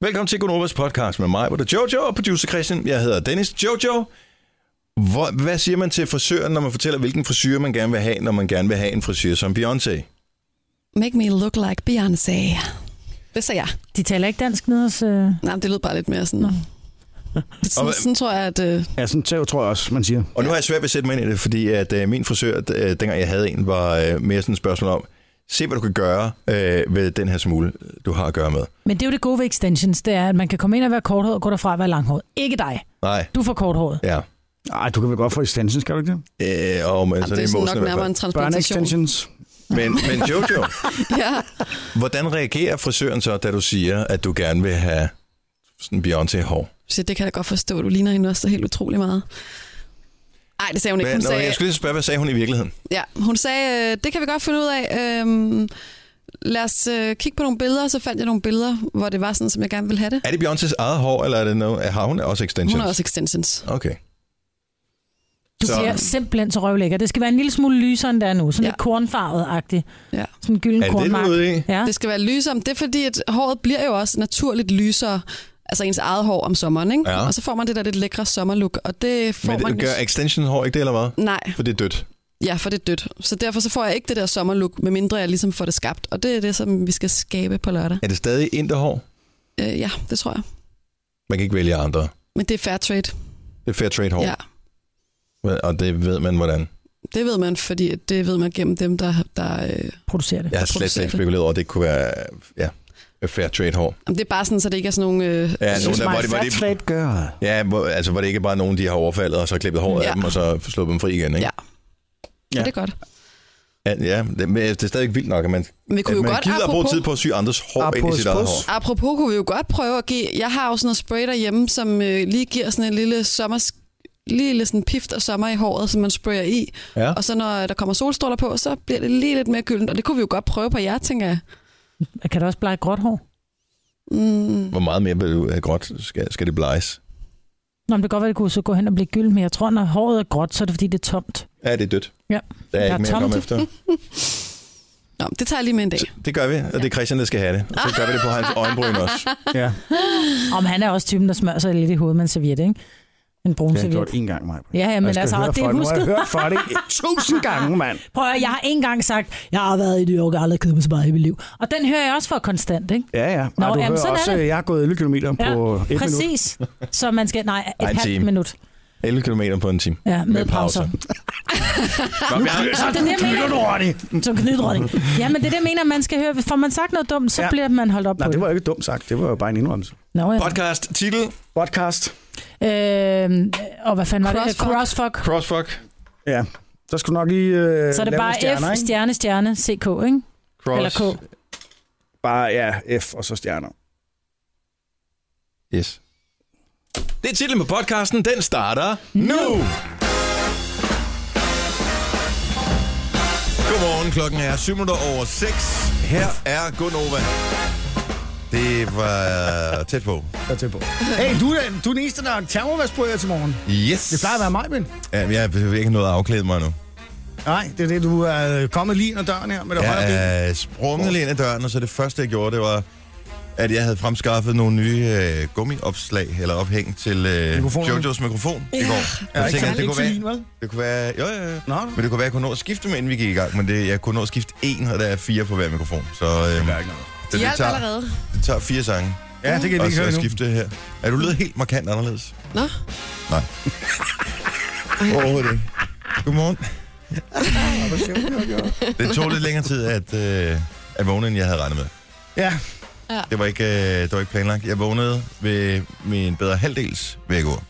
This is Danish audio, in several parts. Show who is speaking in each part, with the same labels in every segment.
Speaker 1: Velkommen til Gunovas podcast med mig, hvor der Jojo og producer Christian. Jeg hedder Dennis Jojo. Hvor, hvad siger man til frisøren, når man fortæller, hvilken frisyr man gerne vil have, når man gerne vil have en frisyr som Beyoncé?
Speaker 2: Make me look like Beyoncé. Det sagde jeg.
Speaker 3: De taler ikke dansk med os. Øh...
Speaker 2: Nej, men det lød bare lidt mere sådan. Sådan,
Speaker 1: hvad-
Speaker 2: sådan tror jeg, at... Øh,
Speaker 4: Ja, sådan tæv, tror jeg også, man siger.
Speaker 1: Og nu har jeg svært ved at sætte mig ind i det, fordi at øh, min frisør, øh, dengang jeg havde en, var øh, mere sådan et spørgsmål om, se hvad du kan gøre øh, ved den her smule, du har at gøre med.
Speaker 3: Men det er jo det gode ved extensions, det er, at man kan komme ind og være korthåret og gå derfra og være langhåret. Ikke dig.
Speaker 1: Nej,
Speaker 3: Du får korthåret.
Speaker 1: ja.
Speaker 4: Ej, du kan vel godt få extensions, kan du ikke det?
Speaker 1: Øh, og, men,
Speaker 2: jamen,
Speaker 1: så
Speaker 2: det er
Speaker 1: det
Speaker 2: sådan
Speaker 1: er
Speaker 2: nok nærmere en transplantation.
Speaker 4: Børne-extensions.
Speaker 1: Men, men Jojo,
Speaker 2: ja.
Speaker 1: hvordan reagerer frisøren så, da du siger, at du gerne vil have sådan Beyoncé-hår?
Speaker 2: Så det kan jeg da godt forstå. Du ligner hende også helt utrolig meget. Nej, det sagde hun ikke.
Speaker 1: Hvad,
Speaker 2: Hun
Speaker 1: nå,
Speaker 2: sagde,
Speaker 1: jeg skulle lige spørge, hvad sagde hun i virkeligheden?
Speaker 2: ja, hun sagde øh, det kan vi godt finde ud af. Øhm, lad os øh, kigge på nogle billeder, så fandt jeg nogle billeder, hvor det var sådan, som jeg gerne ville have det.
Speaker 1: Er det Beyoncés eget hår, eller er det noget, har hun også extensions?
Speaker 2: Hun er også extensions.
Speaker 1: Okay.
Speaker 3: Du
Speaker 1: Så-
Speaker 3: så... bliver simpelthen så røvlækker. Det skal være en lille smule lysere, end der er nu. Sådan
Speaker 2: Ja.
Speaker 3: ja. lidt kornfarvet-agtigt.
Speaker 2: Ja.
Speaker 3: Sådan en gylden
Speaker 1: Er det det, du
Speaker 3: kornmark.
Speaker 1: er ude i?
Speaker 3: Ja.
Speaker 2: Det skal være lysom. Det er fordi, at håret bliver jo også naturligt lysere. Altså ens eget hår om sommeren, ikke?
Speaker 1: Ja.
Speaker 2: Og så får man det der lidt lækre sommerlook, og det får
Speaker 1: Men
Speaker 2: man...
Speaker 1: det, gør extension-hår ikke det, eller hvad?
Speaker 2: Nej,
Speaker 1: For det er dødt.
Speaker 2: ja, for det er dødt. Så derfor så får jeg ikke det der sommerlook, medmindre jeg ligesom får det skabt. Og det er det, som vi skal skabe på lørdag.
Speaker 1: Er det stadig inderhår?
Speaker 2: Øh, ja, det tror jeg.
Speaker 1: Man kan ikke vælge andre.
Speaker 2: Men det er fair trade.
Speaker 1: Det er fair trade hår,
Speaker 2: Ja,
Speaker 1: ja. og det ved man hvordan.
Speaker 2: det ved man, fordi det ved man gennem dem, der... der øh...
Speaker 3: Producerer det.
Speaker 1: Jeg
Speaker 3: Ja.
Speaker 1: har slet,
Speaker 2: Producerer
Speaker 1: slet ikke
Speaker 2: det.
Speaker 1: spekuleret over, at det kunne være ja, fair trade hår.
Speaker 2: Jamen, Det er bare sådan, så det ikke er sådan nogle... Øh...
Speaker 1: Ja,
Speaker 3: synes
Speaker 1: nogen, der,
Speaker 3: mig,
Speaker 1: hvor, det, hvor,
Speaker 4: Hvad
Speaker 1: det,
Speaker 4: slet gør?
Speaker 1: ja, hvor, altså, hvor det ikke bare er nogen, de har overfaldet, og så klippet håret ja. af
Speaker 2: Ja.
Speaker 1: dem, og så sluppet dem fri igen. Ikke?
Speaker 2: Ja. Ja. Det er godt.
Speaker 1: Ja, ja det, men det er stadig vildt nok, at man,
Speaker 2: Men vi kunne
Speaker 1: at
Speaker 2: jo
Speaker 1: man
Speaker 2: godt...
Speaker 1: gider at bruge
Speaker 2: apropos-
Speaker 1: tid på at sy andres hår ind i sit eget hår.
Speaker 4: Apropos.
Speaker 2: Apropos kunne vi jo godt prøve at give... Jeg har jo sådan noget spray derhjemme, som øh, lige giver sådan en lille sommer... Lille sådan pift og sommer i håret, som man sprayer i.
Speaker 1: Ja.
Speaker 2: Og så når der kommer solstråler på, så bliver det lige lidt mere gyldent. Og det kunne vi jo godt prøve på jer, tænker jeg.
Speaker 3: Kan der også blege gråt hår?
Speaker 2: Mm,
Speaker 1: Hvor meget mere vil du have gråt? Skal, skal det bleges?
Speaker 3: Nå, men det kan godt være, det kunne så gå hen og blive gyldent, men jeg tror, når håret er gråt, så er det fordi, det er tomt.
Speaker 1: Ja, det er dødt.
Speaker 3: Ja.
Speaker 1: Der er,
Speaker 3: Der
Speaker 1: ikke
Speaker 3: er
Speaker 1: mere at komme
Speaker 3: tomt.
Speaker 1: efter.
Speaker 2: nå, det tager jeg lige med en dag.
Speaker 1: Så det gør vi, og det er Christian, der skal have det. Og så gør vi det på hans øjenbryn også.
Speaker 4: Ja,
Speaker 3: Om han er også typen, der smører sig lidt i hovedet med en serviet, ikke? En brun
Speaker 4: det har jeg
Speaker 3: serviet.
Speaker 4: gjort en gang, Maja.
Speaker 3: Ja, ja, men
Speaker 4: Jeg skal
Speaker 3: altså,
Speaker 4: høre
Speaker 3: og det
Speaker 4: for
Speaker 3: er
Speaker 4: Nu har jeg
Speaker 3: husket.
Speaker 4: hørt for det tusind gange, mand.
Speaker 3: Prøv at høre, jeg har ikke engang sagt, jeg har været i New York og aldrig kedet mig så meget i mit liv. Og den hører jeg også for konstant, ikke?
Speaker 4: Ja, ja.
Speaker 3: Nå,
Speaker 4: Nå, du
Speaker 3: jamen,
Speaker 4: hører
Speaker 3: sådan er
Speaker 4: også,
Speaker 3: det.
Speaker 4: øh, jeg har gået 11 km på et minut.
Speaker 3: præcis. Så man skal, nej, et
Speaker 1: Ej, en
Speaker 3: halvt
Speaker 1: time.
Speaker 3: minut.
Speaker 1: 11 km på en time.
Speaker 3: Ja, med,
Speaker 1: Med pauser.
Speaker 3: pauser.
Speaker 1: Nå, vi har-
Speaker 3: Så det er det, jeg mener.
Speaker 4: Knytter du ordentligt?
Speaker 3: Som knytronning. Ja, men det er det, jeg mener, man skal høre. Får man sagt noget dumt, så ja.
Speaker 4: Ja.
Speaker 3: bliver man holdt op
Speaker 4: Nej,
Speaker 3: på
Speaker 4: det var jo ikke dumt sagt. Det var jo bare en indrømmelse.
Speaker 3: Nå, ja.
Speaker 1: Podcast titel
Speaker 4: Podcast.
Speaker 3: Øhm, og hvad fanden var det?
Speaker 2: Crossfuck.
Speaker 3: Crossfuck.
Speaker 1: Crossfuck
Speaker 4: Ja, så skal du nok lige øh,
Speaker 3: Så er det
Speaker 4: lave
Speaker 3: bare
Speaker 4: nogle stjerner,
Speaker 3: F,
Speaker 4: ikke?
Speaker 3: stjerne, stjerne, CK, ikke?
Speaker 1: Cross
Speaker 3: Eller K.
Speaker 4: Bare, ja, F og så stjerner.
Speaker 1: Yes. Det er titlen på podcasten. Den starter nu. Godmorgen. Klokken er 7 minutter over 6. Her er Gunova. Det var tæt på.
Speaker 4: Der er til på. Hey, du, er den- du er den eneste, der har termovask på her til morgen.
Speaker 1: Yes.
Speaker 4: Det plejer at være mig, men...
Speaker 1: Ja, men jeg vil ikke have noget at afklæde mig nu.
Speaker 4: Nej, det er det, du er kommet lige under døren her med det højre ben.
Speaker 1: Jeg er sprunget lige ind ad døren, og så det første, jeg gjorde, det var, at jeg havde fremskaffet nogle nye øh, gummiopslag eller ophæng til øh,
Speaker 4: Mikrofonerne.
Speaker 1: Jojos mikrofon i
Speaker 2: Ja.
Speaker 1: går.
Speaker 4: Ja,
Speaker 1: Jeg tænkte,
Speaker 4: ikke til-
Speaker 1: at det
Speaker 4: ikke
Speaker 1: kunne
Speaker 4: til
Speaker 1: være,
Speaker 4: min, vel?
Speaker 1: Det kunne være, jo, ja, ja.
Speaker 4: Nå,
Speaker 1: Men det kunne være, at jeg kunne nå at skifte dem, inden vi gik i gang. Men det, jeg kunne nå at skifte en, og der er fire på hver mikrofon. Så øhm, det,
Speaker 4: ikke noget.
Speaker 2: De
Speaker 1: det,
Speaker 2: hjalp
Speaker 1: tager,
Speaker 2: allerede.
Speaker 1: det tager fire sange,
Speaker 4: Ja, det kan vi
Speaker 1: og
Speaker 4: ikke
Speaker 1: så
Speaker 4: høre nu.
Speaker 1: skifte her. Er du lyder helt markant anderledes?
Speaker 2: Nå,
Speaker 1: Nej. Overhovedet ikke. Godmorgen. Det tog lidt længere tid at, øh, at vågne, end jeg havde regnet med.
Speaker 4: Ja,
Speaker 1: Det var ikke, øh, det var ikke planlagt. Jeg vågnede ved min bedre halvdels vækord.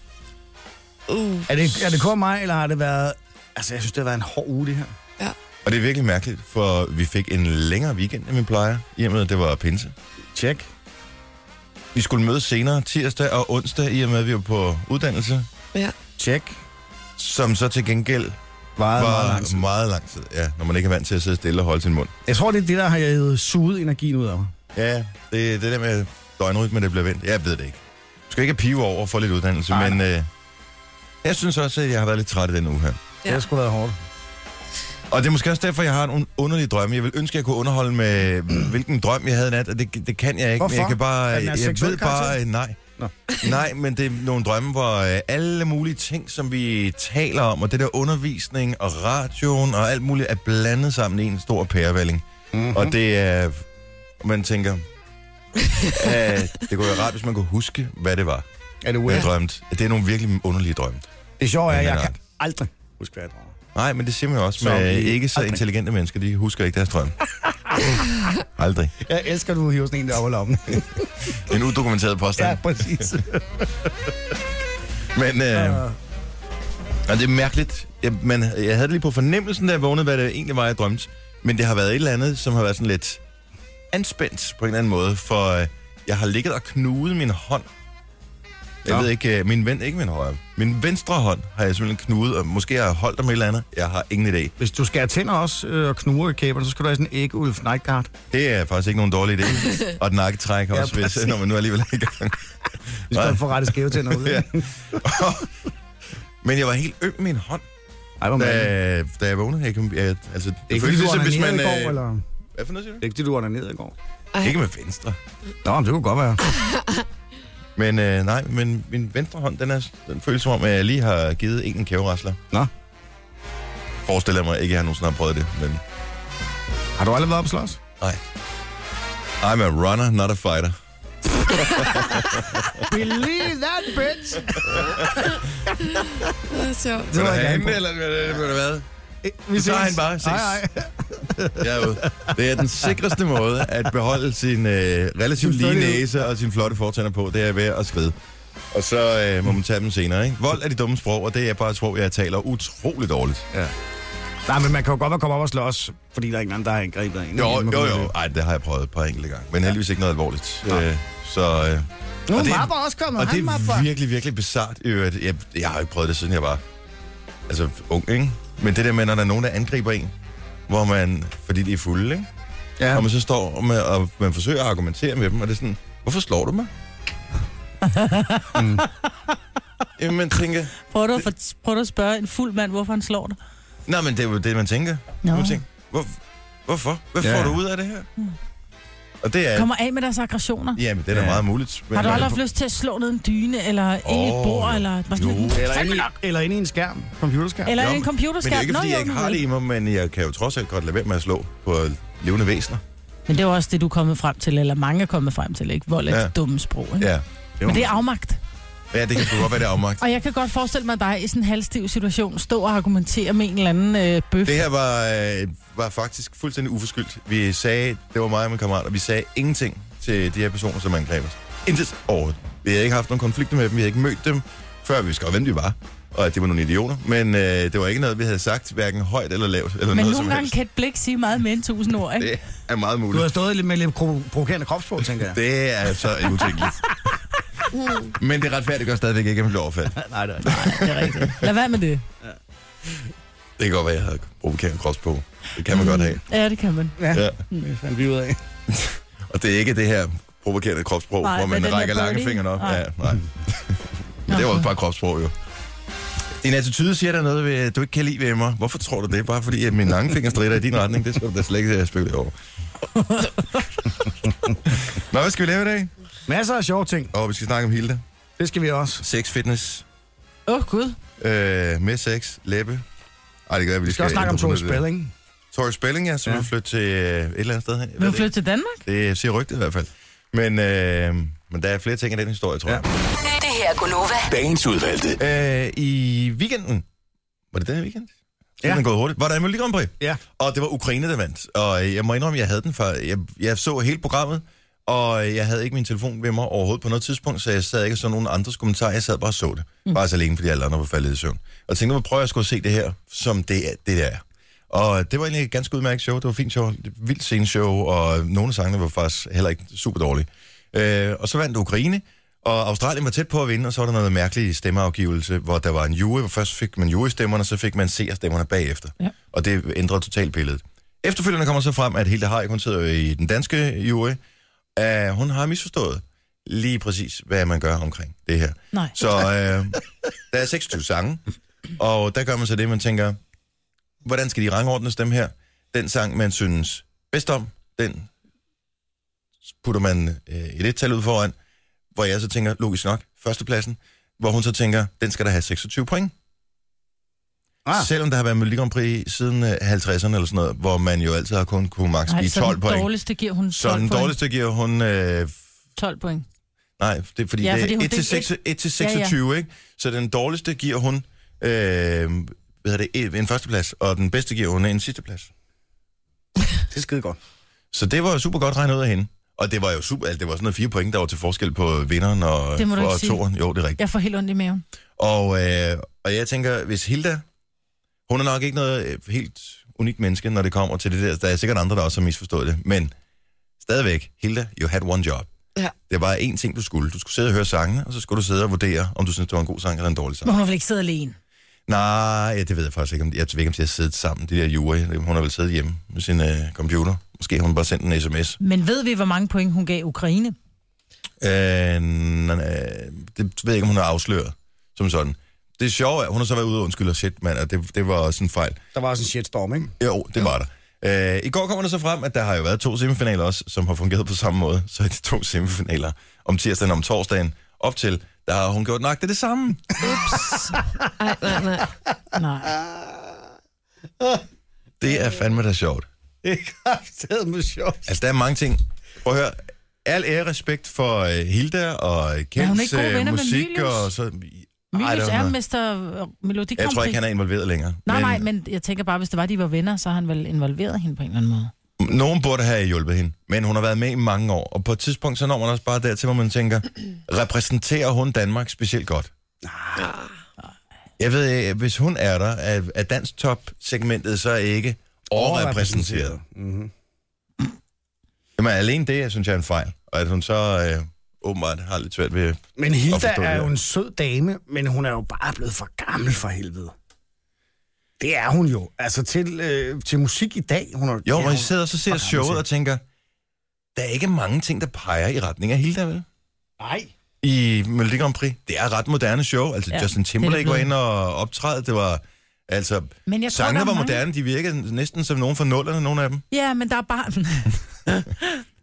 Speaker 2: Uh,
Speaker 4: er det, er det kun mig, eller har det været... Altså, jeg synes, det har været en hård uge, det her.
Speaker 1: Og det er virkelig mærkeligt, for vi fik en længere weekend, end vi plejer. I og med, at det var pinse.
Speaker 4: Tjek.
Speaker 1: Vi skulle mødes senere tirsdag og onsdag, i og med, at vi var på uddannelse,
Speaker 4: Tjek.
Speaker 1: som så til gengæld
Speaker 4: Meget, meget lang
Speaker 1: var
Speaker 4: tid.
Speaker 1: meget lang tid. Ja, når man ikke er vant til at sidde stille og holde sin mund.
Speaker 4: Jeg tror, det er det, der har jeg suget energien ud af mig.
Speaker 1: Ja, det, det der med døgnrytmen, det bliver vendt. Jeg ved det ikke. Du skal ikke pive over for lidt uddannelse,
Speaker 4: Nej,
Speaker 1: men øh, jeg synes også, at jeg har været lidt træt i den uge her.
Speaker 4: Det har sgu været hårdt.
Speaker 1: Og det er måske også derfor, jeg har en underlig drøm. Jeg vil ønske, at jeg kunne underholde med, hvilken drøm jeg havde i nat, og det, det kan jeg ikke.
Speaker 4: Hvorfor?
Speaker 1: Jeg kan bare,
Speaker 4: Er den af
Speaker 1: jeg
Speaker 4: seksuel
Speaker 1: ved bare, øh,
Speaker 4: karakter?
Speaker 1: nej.
Speaker 4: Nå.
Speaker 1: nej, men det er nogle drømme, hvor øh, alle mulige ting, som vi taler om, og det der undervisning og radioen og alt muligt, er blandet sammen i en stor pærevælling.
Speaker 4: Mhm.
Speaker 1: Mm-hmm. Og det er, man tænker, øh, det kunne være rart, hvis man kunne huske, hvad det var,
Speaker 4: Er
Speaker 1: hvad
Speaker 4: det weird?
Speaker 1: jeg drømte. Det er nogle virkelig underlige drømme.
Speaker 4: Det sjove er, at
Speaker 1: Ja,
Speaker 4: jeg
Speaker 1: men
Speaker 4: kan
Speaker 1: ret.
Speaker 4: aldrig huske, hvad jeg drømmer.
Speaker 1: Nej, men det siger man jo også
Speaker 4: Så
Speaker 1: med
Speaker 4: vi-
Speaker 1: ikke så
Speaker 4: aldrig.
Speaker 1: intelligente mennesker. De husker ikke deres drøm. Aldrig.
Speaker 4: Jeg elsker, at du hiver sådan en der over lommen.
Speaker 1: En udokumenteret
Speaker 4: ja,
Speaker 1: påstand.
Speaker 4: præcis.
Speaker 1: Men øh, og det er mærkeligt. Jeg, man, jeg havde det lige på fornemmelsen, da jeg vågnede, hvad det egentlig var, jeg drømte. Men det har været et eller andet, som har været sådan lidt anspændt på en eller anden måde. For øh, jeg har ligget og knudet min hånd. Jeg
Speaker 4: Nå.
Speaker 1: ved ikke, øh, min ven, ikke min højre. Min venstre hånd har jeg simpelthen knudet, og måske har jeg holdt om et eller andet. Jeg har ingen idé.
Speaker 4: Hvis du skal have tænder også øh, og knuger i kæberne, så skal du have sådan en ægulv nightguard.
Speaker 1: Det er faktisk ikke nogen dårlig idé. og et nakketræk
Speaker 4: Ja,
Speaker 1: også, ja, hvis,
Speaker 4: præcis.
Speaker 1: når man nu alligevel er i gang.
Speaker 4: Hvis du
Speaker 1: Nej.
Speaker 4: får rettet skæve tænder ud.
Speaker 1: Ja. Men jeg var helt øm i min hånd,
Speaker 4: Ej, hvor
Speaker 1: da,
Speaker 4: mærkeligt.
Speaker 1: da jeg vågnede. Jeg, kan- jeg, altså, det,
Speaker 4: Det er ikke fordi, du
Speaker 1: ligesom,
Speaker 4: onanerede i går,
Speaker 1: øh,
Speaker 4: eller?
Speaker 1: Hvad for noget siger
Speaker 4: Det er ikke fordi, du onanerede i går.
Speaker 1: du? Ikke med venstre.
Speaker 4: Nå, men det kunne godt være.
Speaker 1: Men øh, nej, men min venstre hånd, den, er, den føles som om, at jeg lige har givet en en kæverasler.
Speaker 4: Nå.
Speaker 1: Forestiller jeg mig ikke, at jeg nogensinde har prøvet det, men
Speaker 4: Har du aldrig været op at slås?
Speaker 1: nej. I'm a runner, not a fighter.
Speaker 4: Believe that, bitch!
Speaker 2: Det er sjovt.
Speaker 4: Det
Speaker 1: Vil
Speaker 4: var
Speaker 1: du
Speaker 4: jeg
Speaker 1: have
Speaker 4: gerne
Speaker 1: hende,
Speaker 4: på.
Speaker 1: eller vil vil du hvad?
Speaker 4: Vi
Speaker 1: Så tager han bare. Ses.
Speaker 4: Ej, ej.
Speaker 1: Jeg er ude. Det er den sikreste måde at beholde sin øh, relativt
Speaker 4: Sin
Speaker 1: lige
Speaker 4: flotte-
Speaker 1: næse og sin flotte fortænder på, det er ved at skride. Og så øh, må man tage dem senere, ikke? Vold er de dumme sprog, og det er bare et sprog, jeg taler utrolig dårligt.
Speaker 4: Nej, men man kan jo godt være kommet op og slås, fordi der er ikke nogen, der har angrebet en.
Speaker 1: Jo,
Speaker 4: Man kan
Speaker 1: jo,
Speaker 4: godt
Speaker 1: jo.
Speaker 4: være-
Speaker 1: Ej, det har jeg prøvet et par enkelte gange, men heldigvis ikke noget alvorligt.
Speaker 4: Nej.
Speaker 1: Øh, så, øh,
Speaker 4: Nu
Speaker 1: Og det
Speaker 4: er
Speaker 1: er-
Speaker 4: Mapper også kommet.
Speaker 1: og
Speaker 4: Han
Speaker 1: det
Speaker 4: mapper.
Speaker 1: er virkelig, virkelig bizart. i øvrigt. Jeg, jeg har jo ikke prøvet det, siden jeg var altså, ung, ikke? Men det der med, når der er nogen, der angriber en, hvor man, fordi de er fulde, ikke?
Speaker 4: Ja.
Speaker 1: Ja. Og man så står med, og man forsøger at argumentere med dem, og det er sådan, hvorfor slår du mig?
Speaker 4: Mm.
Speaker 1: Jamen, man tænker,
Speaker 3: Prøv du, at, for, prøv du at spørge en fuld mand, hvorfor han slår dig?
Speaker 1: nej, men det er jo det, man tænker.
Speaker 3: Nå. Mm.
Speaker 1: Man tænker hvor, hvorfor? Hvad
Speaker 4: Ja.
Speaker 1: får du ud af det her? Og det er,
Speaker 3: Kommer af med deres aggressioner.
Speaker 1: jamen, det er da
Speaker 4: Ja.
Speaker 1: meget muligt. Men
Speaker 3: Har du aldrig
Speaker 1: men-
Speaker 3: haft lyst til at slå ned en dyne, eller oh, ind i et
Speaker 1: Åh,
Speaker 3: bord, eller bare sådan,
Speaker 1: jo.
Speaker 4: Eller
Speaker 3: Fandme
Speaker 4: inde,
Speaker 3: nok.
Speaker 4: i, eller inde i en skærm. Computerskærm.
Speaker 3: eller
Speaker 1: Jo,
Speaker 3: ind i en
Speaker 1: Men det er
Speaker 3: computerskærm?
Speaker 1: jo ikke, fordi
Speaker 3: Nå,
Speaker 1: jeg
Speaker 3: jo,
Speaker 1: ikke
Speaker 3: men
Speaker 1: har
Speaker 3: vel.
Speaker 1: det i mig, men jeg kan jo trods alt godt lade være med at slå på levende væsener.
Speaker 3: Men det er jo også det, du er kommet frem til, eller mange er kommet frem til, ikke? Vold er
Speaker 1: Ja.
Speaker 3: ja. dumme sprog, ikke?
Speaker 1: Ja,
Speaker 3: Men det er afmagt.
Speaker 1: ja det kan sgu godt være, det er afmagt.
Speaker 3: Og jeg kan godt forestille mig dig i sådan en halvstiv situation, stå og argumentere med en eller anden øh, bøf.
Speaker 1: Det her var, øh, var faktisk fuldstændig uforskyldt. Vi sagde, det var mig og min kammerat, og vi sagde ingenting til de her personer, som angreb os. Intet overhovedet. Vi havde ikke haft nogen konflikter med dem, vi havde ikke mødt dem, før vi vidste godt, hvem de var. Og at det var nogle idioter. Men øh, det var ikke noget, vi havde sagt, hverken højt eller lavt, eller
Speaker 3: Men
Speaker 1: noget som
Speaker 3: nogle gange
Speaker 1: helst.
Speaker 3: kan et blik sige meget mere end tusind ord, ikke?
Speaker 1: Det er meget
Speaker 4: Du
Speaker 1: muligt.
Speaker 4: har stået lidt med lidt kro- provokerende kropsprog, tænker jeg.
Speaker 1: Det er altså utænkeligt. Men det retfærdiggør stadigvæk ikke, at man bliver overfaldt.
Speaker 4: Nej, det er ikke.
Speaker 3: Det er rigtigt. Lad være med det.
Speaker 1: Det kan godt være, at jeg havde provokeret en krops på. Det kan man godt have.
Speaker 3: Mm. Ja, det kan man.
Speaker 1: Ja.
Speaker 4: Det fandt vi ud af.
Speaker 1: Og det er ikke det her provokerende kropssprog,
Speaker 3: Nej,
Speaker 1: hvor
Speaker 3: men
Speaker 1: man
Speaker 3: den der
Speaker 1: rækker lange
Speaker 3: body.
Speaker 1: fingre op.
Speaker 3: Nej.
Speaker 1: Ja, nej. Men det var også bare kropssprog, jo. Din attitude siger der noget, ved, du ikke kan lide ved mig. Hvorfor tror du det? Bare fordi at min lange finger strider i din retning. Det skal du da slet ikke øh, spekulere over. Nå, hvad skal vi lave i dag?
Speaker 4: Masser af sjove ting.
Speaker 1: Og vi skal snakke om Hilde.
Speaker 4: Det skal vi også.
Speaker 1: Sex, fitness,
Speaker 3: Åh, oh, Gud.
Speaker 1: øh, med sex, læbe. Ej, det kan være, vi
Speaker 4: Vi
Speaker 1: lige
Speaker 4: skal også snakke om
Speaker 1: ændre på
Speaker 4: Tore
Speaker 1: noget af det.
Speaker 4: Spelling.
Speaker 1: Tori Spelling, ja, som
Speaker 4: Ja.
Speaker 1: vil flytte til øh, et eller andet sted. hen. Jeg ved
Speaker 3: Vil du
Speaker 1: det ikke.
Speaker 3: flytte til Danmark?
Speaker 1: Det siger rygtet i hvert fald. Men, øh, men der er flere ting i den historie, tror
Speaker 4: Ja.
Speaker 1: jeg.
Speaker 5: Det her er Gunova.
Speaker 6: Dagens udvalgte.
Speaker 1: øh, i weekenden. Var det den her weekend? Ja.
Speaker 4: Ja.
Speaker 1: Den er gået hurtigt. Var der en Melodi Grand Prix?
Speaker 4: Ja.
Speaker 1: Og det var Ukraine, der vandt. Og øh, jeg må indrømme, jeg havde den før. Jeg, jeg så hele programmet, og øh, jeg havde ikke min telefon ved mig overhovedet på noget tidspunkt, så jeg sad ikke og så nogen andres kommentarer. Jeg sad bare og så det. Mm. Bare så længe, fordi alle andre var faldet i søvn. Og tænkte, nu prøver jeg sgu at se det her, som det, er, det der er. Og det var egentlig et ganske udmærket show. Det var et fint show. Et Vildt sent show, og nogle af sangene var faktisk heller ikke super dårlige. Øh, og så vandt Ukraine, og Australien var tæt på at vinde, og så var der noget mærkeligt stemmeafgivelse, hvor der var en jury, hvor først fik man jurystemmerne, så fik man seerstemmerne bagefter.
Speaker 3: Ja.
Speaker 1: Og det ændrede totalt billedet. Efterfølgende kommer så frem, at Hilde Haik, hun sidder jo i den danske jury, at hun har misforstået lige præcis, hvad man gør omkring det her.
Speaker 3: Nej.
Speaker 1: Så øh, der er 26 sange, og der gør man så det, man tænker, hvordan skal de rangordnes dem her? Den sang, man synes bedst om, den putter man øh, et et-tal ud foran, hvor jeg så tænker, logisk nok, førstepladsen, hvor hun så tænker, den skal der have 26 point. Ah. Selvom der har været Melodi Grand Prix siden øh, 50'erne eller sådan noget, hvor man jo altid har kun kunne maks give 12
Speaker 3: Så
Speaker 1: point.
Speaker 3: den dårligste giver hun 12
Speaker 1: så den
Speaker 3: point.
Speaker 1: dårligste giver hun... Øh,
Speaker 3: 12 point.
Speaker 1: nej, det er fordi, ja, fordi det er 1 til, 6, 1 til 26, ja, ja. ikke? Så den dårligste giver hun øh, hvad hedder det, en førsteplads, og den bedste giver hun en sidsteplads.
Speaker 4: Det er skide godt.
Speaker 1: Så det var jo super godt regnet ud af hende. Og det var jo super, altså, det var sådan noget fire point, der var til forskel på vinderen og,
Speaker 3: Det må du
Speaker 1: og
Speaker 3: ikke sige.
Speaker 1: toren. Jo, det er rigtigt.
Speaker 3: Jeg får helt ondt i maven.
Speaker 1: Og, øh, og jeg tænker, hvis Hilda, hun er nok ikke noget øh, helt unikt menneske, når det kommer til det der. Der er sikkert andre, der også har misforstået det. Men stadigvæk, Hilda, you had one job.
Speaker 2: Ja.
Speaker 1: Det var én ting, du skulle. Du skulle sidde og høre sangene, og så skulle du sidde og vurdere, om du synes, det var en god sang eller en dårlig sang.
Speaker 3: Men hun har vel ikke siddet alene?
Speaker 1: Nej, ja, det ved jeg faktisk ikke. om- Jeg ved ikke, om de har siddet sammen, de der jury. Hun har vel siddet hjemme med sin øh, computer. Måske har hun bare sendt en sms.
Speaker 3: Men ved vi, hvor mange point hun gav Ukraine?
Speaker 1: Øh, nej, nej, det ved jeg ikke, om hun har afsløret som sådan. Det sjove er, hun har så været ude og undskylde, shit, mand, og det, det var også en fejl.
Speaker 4: Der var også en shitstorm, ikke?
Speaker 1: Jo, det var der. Øh, I går kommer det så frem, at der har jo været to semifinaler også, som har fungeret på samme måde. Så er de to semifinaler om tirsdagen og om torsdagen op til, der har hun gjort nok det, det samme.
Speaker 2: Ej, nej, nej.
Speaker 3: Nej.
Speaker 1: Det er fandme da sjovt.
Speaker 4: Det er kraftedeme sjovt.
Speaker 1: Altså, der er mange ting. Prøv at høre. Al ære og respekt for uh, Hilda og øh,
Speaker 3: Er hun
Speaker 1: Kjelds
Speaker 3: ikke gode
Speaker 1: uh,
Speaker 3: venner med
Speaker 1: musik.
Speaker 3: Mylius?
Speaker 1: Og så... Ej,
Speaker 3: Mylius
Speaker 1: der
Speaker 3: er
Speaker 1: noget.
Speaker 3: mester Melodi
Speaker 1: Jeg tror ikke, han er involveret længere.
Speaker 3: Nej, nej, men jeg tænker bare, hvis det var, de var venner, så har han vel involveret hende på en eller anden måde.
Speaker 1: Nogen burde have hjulpet hende, men hun har været med i mange år. Og på et tidspunkt, så når man også bare dertil, hvor man tænker, repræsenterer hun Danmark specielt godt? Jeg ved ikke, hvis hun er der, er, er dansk top-segmentet så ikke overrepræsenteret?
Speaker 4: Mm-hmm.
Speaker 1: Jamen alene det, jeg synes jeg er en fejl. Og at hun så øh, åbenbart har lidt svært ved...
Speaker 4: Men Hilda
Speaker 1: forstå
Speaker 4: er
Speaker 1: det.
Speaker 4: jo en sød dame, men hun er jo bare blevet for gammel for helvede. Det er hun jo. Altså til, øh, til musik i dag. Hun er,
Speaker 1: Jo,
Speaker 4: er
Speaker 1: hvor
Speaker 4: hun-
Speaker 1: jeg sidder og så ser
Speaker 4: for gammel
Speaker 1: showet
Speaker 4: til.
Speaker 1: og tænker, der er ikke mange ting, der peger i retning af Hilda, vel?
Speaker 4: Nej.
Speaker 1: i Melodi Grand Prix. Det er et ret moderne show. Altså, ja,
Speaker 3: Ja,
Speaker 1: Justin
Speaker 3: det er det
Speaker 1: Timberlake var
Speaker 3: blevet.
Speaker 1: inde og optræde. Det var, altså,
Speaker 3: Men jeg tror,
Speaker 1: sangene
Speaker 3: der er
Speaker 1: var
Speaker 3: mange-
Speaker 1: moderne. De virkede næsten som nogen fra nullerne, nogle af dem.
Speaker 3: Ja, men der er bare...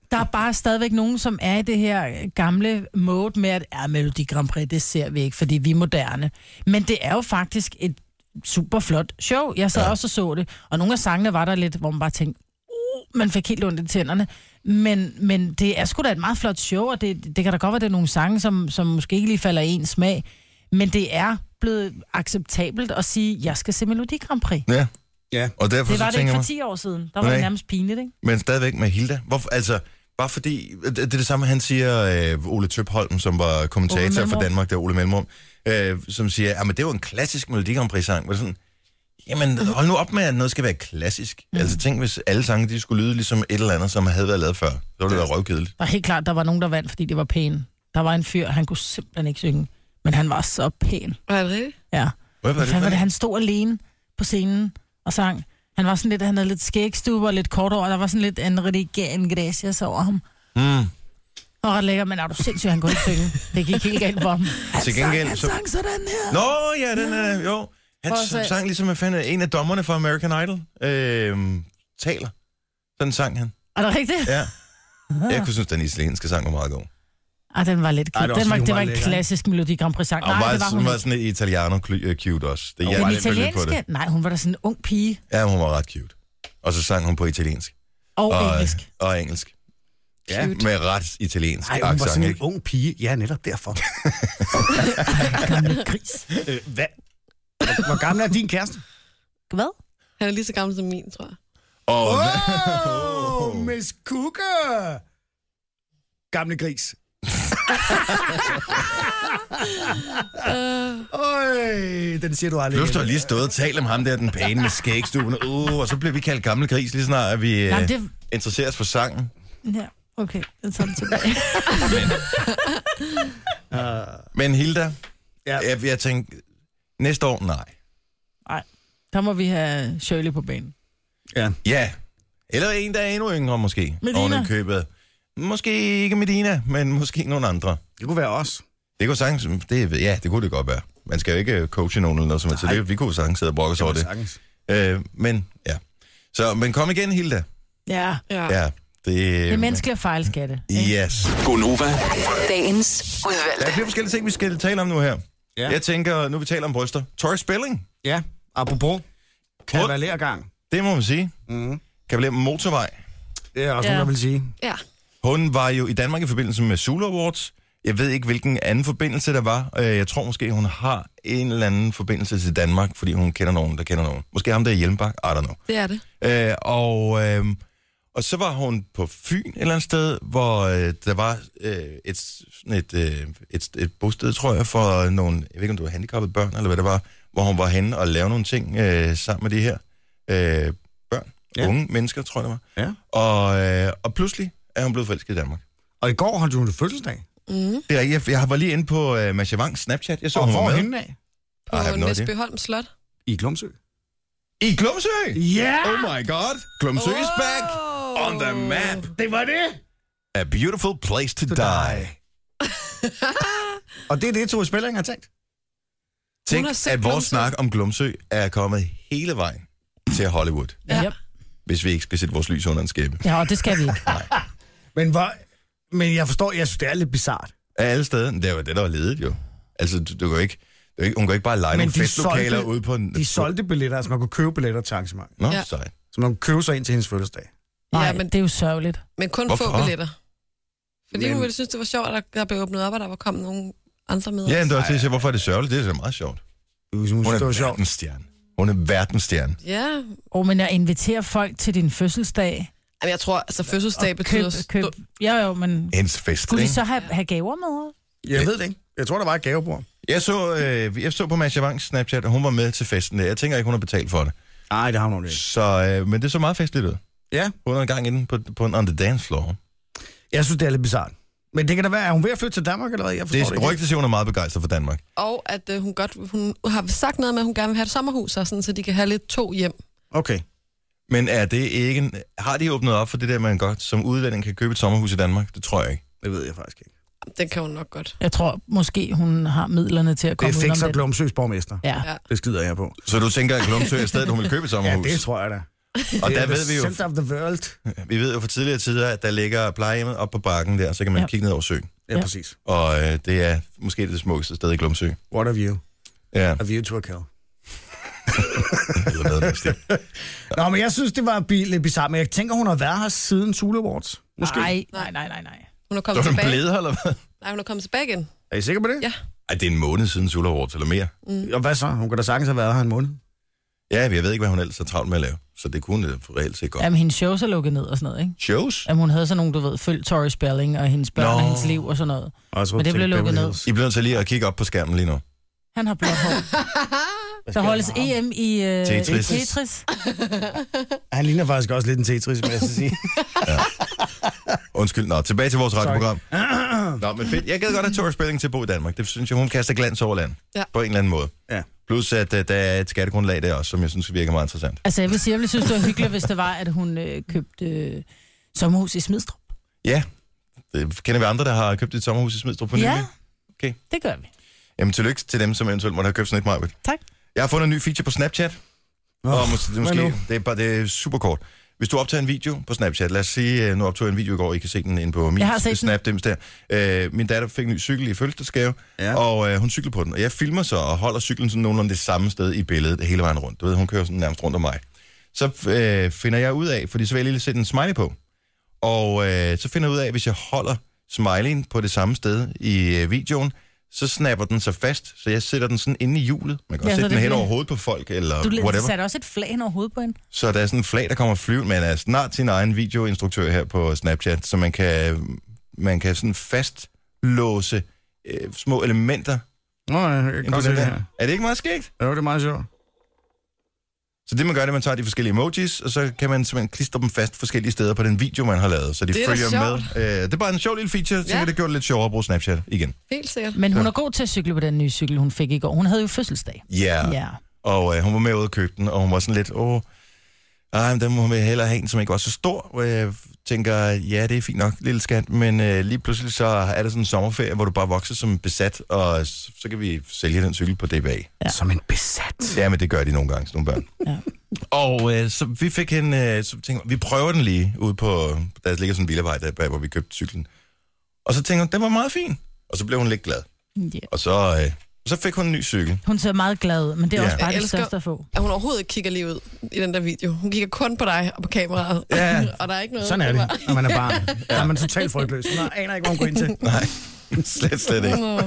Speaker 3: der er bare stadigvæk nogen, som er i det her gamle mode med, at er Melodi Grand Prix, det ser vi ikke, fordi vi er moderne. Men det er jo faktisk et super flot show. Jeg sad ja. også og så det, og nogle af sangene var der lidt, hvor man bare tænkte, uh, man fik helt ondt i tænderne. Men, men det er sgu da et meget flot show, og det, det kan da godt være, at det er nogle sange, som, som måske ikke lige falder i en smag. Men det er blevet acceptabelt at sige, jeg skal se Melodi Grand Prix.
Speaker 1: Ja.
Speaker 4: Ja.
Speaker 1: Og derfor
Speaker 3: Det var
Speaker 1: så
Speaker 3: det ikke
Speaker 1: tænker
Speaker 3: for
Speaker 1: man,
Speaker 3: 10 år siden. Der var
Speaker 1: Nej.
Speaker 3: det nærmest pinligt, ikke?
Speaker 1: men stadigvæk med Hilda. Hvorfor, altså, bare fordi, det, det er det samme, han siger, øh, Ole Tøpholm, som var
Speaker 3: Ole
Speaker 1: kommentator
Speaker 3: Mellemrum.
Speaker 1: for Danmark, der Ole Mellemrum, øh, som siger, at det var en klassisk Melodi Grand Prix-sang. Hvor det sådan, Jamen, hold nu op med, at noget skal være klassisk. Mm. Altså, tænk, hvis alle sange, de skulle lyde ligesom et eller andet, som havde været lavet før. Så ville det da røvkedeligt.
Speaker 3: Og helt klart, der var nogen, der vandt, fordi det var pæn. Der var en fyr, han kunne simpelthen ikke synge, men han var så pæn.
Speaker 2: Er det rigtigt?
Speaker 3: Ja.
Speaker 1: Hvad var
Speaker 3: Hvad
Speaker 1: det?
Speaker 3: fanden
Speaker 1: for
Speaker 3: var det?
Speaker 1: en?
Speaker 3: Han stod alene på scenen og sang. Han var sådan lidt, han havde lidt skægstube og lidt kort over, der var sådan lidt en religian gracias over ham.
Speaker 1: Mm.
Speaker 3: Og ret lækker, men er du sindssyg, han kunne ikke synge. Det gik helt galt for ham. Han
Speaker 1: Til gengæld,
Speaker 3: sang, han
Speaker 1: så-
Speaker 3: sang sådan her.
Speaker 1: Nå, ja, den er, jo. Han
Speaker 3: Prøv at
Speaker 1: sang,
Speaker 3: se.
Speaker 1: sang ligesom, hvad fanden, en af dommerne fra American Idol øh, taler. Sådan sang han.
Speaker 3: Er det rigtigt?
Speaker 1: Ja. Jeg kunne synes, den italienske sang var meget god.
Speaker 3: Ej, den var lidt
Speaker 4: Ej,
Speaker 3: Ej,
Speaker 4: det var
Speaker 3: det, den var,
Speaker 4: også, fordi hun
Speaker 3: det
Speaker 4: var
Speaker 3: var ikke
Speaker 4: lækker,
Speaker 3: klassisk Melodi Grand Prix sang.
Speaker 1: Og
Speaker 3: Nej,
Speaker 1: meget,
Speaker 3: det var
Speaker 1: hun
Speaker 3: hun
Speaker 1: var
Speaker 3: ikke.
Speaker 1: sådan lidt italiano cl- øh, cute også. Det, jeg var
Speaker 3: Den
Speaker 1: lidt bølget på
Speaker 3: italienske?
Speaker 1: det.
Speaker 3: Nej, hun var da sådan en ung pige
Speaker 1: Ja, hun var ret cute. Og så sang hun på italiensk.
Speaker 3: og,
Speaker 1: Og, øh,
Speaker 3: engelsk.
Speaker 1: og engelsk. Ja,
Speaker 2: Cute.
Speaker 1: med ret italiensk
Speaker 4: Ej, hun var
Speaker 1: accent,
Speaker 4: sådan en
Speaker 1: ikke?
Speaker 4: ung pige. Ja, netop derfor.
Speaker 3: Gamle gris.
Speaker 4: øh, hvad? Hvor- Hvor gammel er din kæreste?
Speaker 3: Hvad?
Speaker 2: Han er lige så gammel som min, tror jeg.
Speaker 1: Og,
Speaker 4: Åh, oh, Miss Cooker! Gamle gris. Øj, den siger du aldrig.
Speaker 1: Plus, du har lige stået og talt om ham der, den pæne med skægstuben. Uh, og så bliver vi kaldt gamle gris, lige snart at vi
Speaker 3: Nej,
Speaker 1: øh,
Speaker 3: det...
Speaker 1: interesserer os for sangen.
Speaker 3: Ja, okay. Jeg tager den tilbage.
Speaker 1: Men Hilda,
Speaker 4: Øh, Ja.
Speaker 1: jeg, jeg tænkte, næste år, nej.
Speaker 3: Nej, der må vi have Shirley på banen.
Speaker 4: Ja.
Speaker 1: Ja. Eller en, der er endnu yngre, måske.
Speaker 3: Medina.
Speaker 1: Oven i købet. Måske ikke Medina, men måske nogle andre.
Speaker 4: Det kunne være os.
Speaker 1: Det kunne sagtens, det, ja, det kunne det godt være. Man skal jo ikke øh, coache nogen eller noget som helst, så det, vi kunne jo sagtens sidde og brokke os over det.
Speaker 4: Sagtens.
Speaker 1: Øh, men ja. Så, men kom igen, Hilda.
Speaker 3: Ja.
Speaker 2: Ja.
Speaker 1: Ja, det...
Speaker 3: Det er menneskelige fejlskatte.
Speaker 1: Yes.
Speaker 5: Gonova,
Speaker 6: Dagens
Speaker 1: Der
Speaker 6: udvalgte.
Speaker 1: er flere forskellige ting, vi skal tale om nu her. Ja.
Speaker 4: Ja.
Speaker 1: Jeg tænker, nu vi taler om bryster. Tori Spelling,
Speaker 4: Ja, apropos. Kavalergang.
Speaker 1: det må man sige.
Speaker 4: Mm.
Speaker 1: Kan blive motorvej.
Speaker 4: Det er også
Speaker 3: Ja.
Speaker 4: ja. noget, jeg vil sige.
Speaker 2: ja.
Speaker 1: Hun var jo i Danmark i forbindelse med Zulu Awards. Jeg ved ikke, hvilken anden forbindelse der var. Øh, Jeg tror måske, hun har en eller anden forbindelse til Danmark, fordi hun kender nogen, der kender nogen. Måske ham der i Hjelmbak, I don't know.
Speaker 2: det er det.
Speaker 1: Øh, og, øh, og så var hun på Fyn et eller andet sted, hvor øh, der var øh, et, sådan et, øh, et, et bosted, tror jeg, for nogle, jeg ved ikke om det var handicappede børn, eller hvad det var, hvor hun var henne og lavede nogle ting øh, sammen med de her øh, børn, ja.
Speaker 4: Ja.
Speaker 1: unge mennesker, tror jeg det var.
Speaker 4: Ja.
Speaker 1: Og, øh, og pludselig er hun blevet forelsket i Danmark.
Speaker 4: Og i går holdt hun fødselsdag.
Speaker 1: Det er, jeg, jeg var lige inde på øh, Masha Wangs Snapchat, jeg så,
Speaker 4: Og
Speaker 1: hun
Speaker 4: hvor
Speaker 1: var
Speaker 4: er
Speaker 1: med.
Speaker 4: hende af?
Speaker 2: På
Speaker 1: Ej, jeg har
Speaker 2: ah,
Speaker 1: noget af det.
Speaker 2: Næsbyholm Slot.
Speaker 4: I Glumsø.
Speaker 1: I Glumsø!
Speaker 4: Ja!
Speaker 1: Oh my god! Glumsø is back on the map!
Speaker 4: Det var det!
Speaker 1: A beautiful place to, die.
Speaker 4: Og det er det, Tove Spelling har tænkt.
Speaker 1: Tænk,
Speaker 2: Hun har set
Speaker 1: at vores
Speaker 2: Glumsø.
Speaker 1: snak om Glumsø er kommet hele vejen til Hollywood,
Speaker 2: Ja.
Speaker 3: Yep.
Speaker 1: hvis vi ikke skal sætte vores lys under en skæbe.
Speaker 3: Ja, og det skal vi ikke.
Speaker 4: Men, hvor, men jeg forstår, jeg synes, det er lidt bizart.
Speaker 1: Af alle steder, det var det, der var ledet jo. Altså, du, du kan jo ikke, du kan ikke, hun kan jo ikke bare lege
Speaker 4: Men
Speaker 1: nogle
Speaker 4: de
Speaker 1: festlokaler
Speaker 4: solgte-
Speaker 1: ude på en...
Speaker 4: De solgte billetter, altså man kunne købe billetter til arrangementet.
Speaker 1: Nå, ja.
Speaker 2: Ja.
Speaker 1: sejt.
Speaker 4: Så man kunne købe sig ind til hendes fødselsdag.
Speaker 3: Nej,
Speaker 2: Ja,
Speaker 3: ja,
Speaker 2: men-
Speaker 3: men det er jo sørgeligt.
Speaker 2: Men kun
Speaker 1: Hvorfor?
Speaker 2: Hvorfor? få billetter. Fordi men... hun
Speaker 4: Men-
Speaker 2: ville synes, det var sjovt, at der, der blev åbnet op, og der var kommet nogle andre med.
Speaker 1: Ja, men
Speaker 2: også.
Speaker 1: du var til at sige, hvorfor er det sørgeligt? Det er så meget sjovt.
Speaker 4: Hvis hun
Speaker 1: Hun
Speaker 4: synes, det var
Speaker 1: er
Speaker 4: sjovt.
Speaker 1: verdensstjerne. Hun er verdensstjerne.
Speaker 2: ja.
Speaker 3: Og men at invitere folk til din fødselsdag.
Speaker 2: Jamen, jeg tror, altså fødselsdag
Speaker 3: Køb,
Speaker 2: betyder...
Speaker 3: køb.
Speaker 2: stor-
Speaker 3: Ja, jo, men...
Speaker 1: Hendes fest,
Speaker 3: Skulle de
Speaker 1: ikke?
Speaker 3: så have, have gaver med?
Speaker 4: Jeg ved det ikke. Jeg tror, der var et gavebord.
Speaker 1: Jeg så, øh, jeg så på Masha Wangs Snapchat, at hun var med til festen der. Jeg tænker ikke, hun har betalt for det.
Speaker 4: Nej, det har hun ikke.
Speaker 1: Så, øh, men det så meget festligt ud.
Speaker 4: Ja,
Speaker 1: Hun er en gang inde på, på en on the dance floor.
Speaker 4: jeg synes, det er lidt bizart. Men det kan da være, er hun ved at flytte til Danmark eller hvad? Jeg forstår det,
Speaker 1: Det
Speaker 4: ikke.
Speaker 1: rygtes, at hun er meget begejstret for Danmark.
Speaker 2: Og at øh, hun godt hun har sagt noget med, at hun gerne vil have et sommerhus, og sådan, så de kan have lidt to hjem.
Speaker 4: Okay.
Speaker 1: Men er det ikke... en- Har de åbnet op for det der, man godt som udlænding kan købe et sommerhus i Danmark? Det tror jeg ikke.
Speaker 4: Det ved jeg faktisk ikke.
Speaker 2: Den kan hun nok godt.
Speaker 3: Jeg tror måske, hun har midlerne til at
Speaker 4: Det
Speaker 3: komme
Speaker 4: fik så
Speaker 3: udenom det.
Speaker 4: Glumsøs borgmester.
Speaker 3: Ja.
Speaker 2: Ja.
Speaker 4: Det skider jeg på.
Speaker 1: Så du tænker, at Glumsø er stedet, hun vil købe et
Speaker 4: Ja,
Speaker 1: sommerhus?
Speaker 4: det tror jeg da.
Speaker 1: og
Speaker 4: Det
Speaker 1: der
Speaker 4: er the
Speaker 1: ved vi jo,
Speaker 4: Center of the world.
Speaker 1: vi ved jo fra tidligere tider, at der ligger plejehjemmet op på bakken der, så kan man ja.
Speaker 3: Ja.
Speaker 1: kigge ned over søen.
Speaker 4: Ja,
Speaker 3: Ja.
Speaker 4: præcis.
Speaker 1: Og øh, det er måske det smukkeste sted i Glumsø.
Speaker 4: What a view.
Speaker 1: Ja,
Speaker 4: A view to a kill.
Speaker 1: eller noget i den stil.
Speaker 4: Nå, men jeg synes, det var bi- lidt bizart, men jeg tænker, hun har været her siden Sule Awards. Måske.
Speaker 3: Nej, nej, nej, nej, nej.
Speaker 2: Hun
Speaker 1: Så
Speaker 2: er kommet
Speaker 1: er du
Speaker 2: tilbage.
Speaker 1: blevet, eller hvad?
Speaker 2: Nej, hun er kommet tilbage igen.
Speaker 4: Er I sikre på det?
Speaker 2: Ja.
Speaker 1: Ej, det er en måned siden Sula Awards, eller mere.
Speaker 4: Og hvad så? Hun kan da sagtens have været her en måned.
Speaker 1: Ja, jeg ved ikke, hvad hun ellers er travlt med at lave. Så det kunne hun øh, reelt set godt.
Speaker 3: Jamen, hendes shows er lukket ned og sådan noget, ikke?
Speaker 1: Shows?
Speaker 3: Jamen, hun havde sådan nogle, du ved, følg Tori Spelling og hendes børn
Speaker 1: Nå.
Speaker 3: Nå. og hendes liv og sådan noget.
Speaker 4: Og jeg tror,
Speaker 3: Men det
Speaker 4: til
Speaker 3: blev lukket
Speaker 4: Beverly
Speaker 3: ned.
Speaker 4: Hills.
Speaker 1: I bliver nødt til lige at kigge op på skærmen lige nu.
Speaker 3: Han har blåt hår. Der holdes EM i øh,
Speaker 1: Tetris.
Speaker 3: Tetris. Tetris.
Speaker 4: Han ligner faktisk også lidt en Tetris, må jeg så sige.
Speaker 1: Undskyld, nå, tilbage til vores radioprogram. Nå, men fedt. Jeg gad godt have Tori Spelling til at bo i Danmark. Det synes jeg, hun kaster glans over land.
Speaker 2: Ja.
Speaker 1: På en eller anden måde.
Speaker 4: Ja.
Speaker 1: Plus, at uh, der er et skattegrundlag der også, som jeg synes virker meget interessant.
Speaker 3: Altså, jeg vil sige, jeg ville synes, det var hyggeligt, hvis det var, at hun øh, købte øh, sommerhus i Smidstrup.
Speaker 1: Ja. Det kender vi andre, der har købt et sommerhus i Smidstrup på
Speaker 3: Ja,
Speaker 1: nylig? Okay.
Speaker 3: det gør vi.
Speaker 1: Jamen, tillykke til dem, som eventuelt måtte have købt sådan et meget.
Speaker 3: Tak.
Speaker 1: Jeg har fundet en ny feature på Snapchat.
Speaker 4: Åh,
Speaker 1: og mås- det er
Speaker 4: hvad
Speaker 1: måske,
Speaker 4: nu?
Speaker 1: det er, bare, det er super kort. Hvis du optager en video på Snapchat, lad os sige, øh, nu optog jeg en video i går, I kan se den inde på min
Speaker 3: Jeg har set den.
Speaker 1: Snapdims der. Øh, min datter fik en ny cykel i fødselsdagsgave, ja.
Speaker 4: Ja.
Speaker 1: og øh, hun cykler på den. Og jeg filmer så og holder cyklen sådan nogenlunde det samme sted i billedet hele vejen rundt. Du ved, hun kører sådan nærmest rundt om mig. Så øh, finder jeg ud af, fordi så vil jeg lige sætte en smiley på. Og øh, så finder jeg ud af, at hvis jeg holder smileyen på det samme sted i øh, videoen, så snapper den sig fast, så jeg sætter den sådan inde i hjulet. Man kan
Speaker 3: Ja,
Speaker 1: ja,
Speaker 3: så
Speaker 1: sætte den
Speaker 3: det
Speaker 1: hen
Speaker 3: bliver-
Speaker 1: over hovedet på folk, eller
Speaker 3: Du
Speaker 1: whatever.
Speaker 3: satte også et flag hen over hovedet på hende.
Speaker 1: Så der er sådan en flag, der kommer flyvende, men er snart sin egen videoinstruktør her på Snapchat, så man kan, man kan sådan fastlåse øh, små elementer.
Speaker 4: Nå, jeg kan
Speaker 1: inde på
Speaker 4: godt se
Speaker 1: den
Speaker 4: det
Speaker 1: der.
Speaker 4: her.
Speaker 1: Er det ikke meget skægt?
Speaker 4: Jo, det er meget sjovt.
Speaker 1: Så det man gør, det er, at man tager de forskellige emojis, og så kan man simpelthen klistre dem fast forskellige steder på den video, man har lavet, så de
Speaker 2: Det er da
Speaker 1: følger med.
Speaker 2: sjovt.
Speaker 1: Øh, det er bare en sjov lille feature, så
Speaker 2: Ja.
Speaker 1: ja. det gjorde det lidt sjovere at bruge Snapchat igen.
Speaker 2: Helt sikkert.
Speaker 3: Men hun er god til at cykle på den nye cykel, hun fik i går. Hun havde jo fødselsdag.
Speaker 1: Ja. Yeah.
Speaker 3: Ja.
Speaker 1: Og øh, hun var med ud og købe den, og hun var sådan lidt, åh, ej, men den må vi hellere have en, som ikke var så stor. Hvor jeg tænker, ja, det er fint nok, lille skat, men øh, lige pludselig så er der sådan en sommerferie, hvor du bare vokser som besat, og så, så kan vi sælge den cykel på DBA.
Speaker 3: Ja.
Speaker 4: Som en besat.
Speaker 1: Ja, men det gør de nogle gange, sådan nogle børn.
Speaker 3: ja.
Speaker 1: Og øh, så vi fik en, øh, så tænkte, jeg, vi prøver den lige ude på, der ligger sådan en villavej der bag, hvor vi købte cyklen. Og så tænkte hun, den var meget fin. Og så blev hun lidt glad.
Speaker 3: Ja.
Speaker 1: Og så, øh, så fik hun en ny cykel.
Speaker 3: Hun ser meget glad ud, men det er
Speaker 1: Ja.
Speaker 3: ja. også bare
Speaker 2: Jeg
Speaker 3: det
Speaker 2: elsker-
Speaker 3: største at få.
Speaker 2: At hun overhovedet ikke kigger lige ud i den der video. Hun kigger kun på dig og på kameraet.
Speaker 1: Ja.
Speaker 2: og der er ikke noget.
Speaker 4: Sådan er det,
Speaker 2: kamera.
Speaker 4: når man er barn. ja. Der er man totalt frygtløs. Man aner ikke, hvor man går ind til.
Speaker 1: Nej, slet, slet ikke.
Speaker 2: Nå.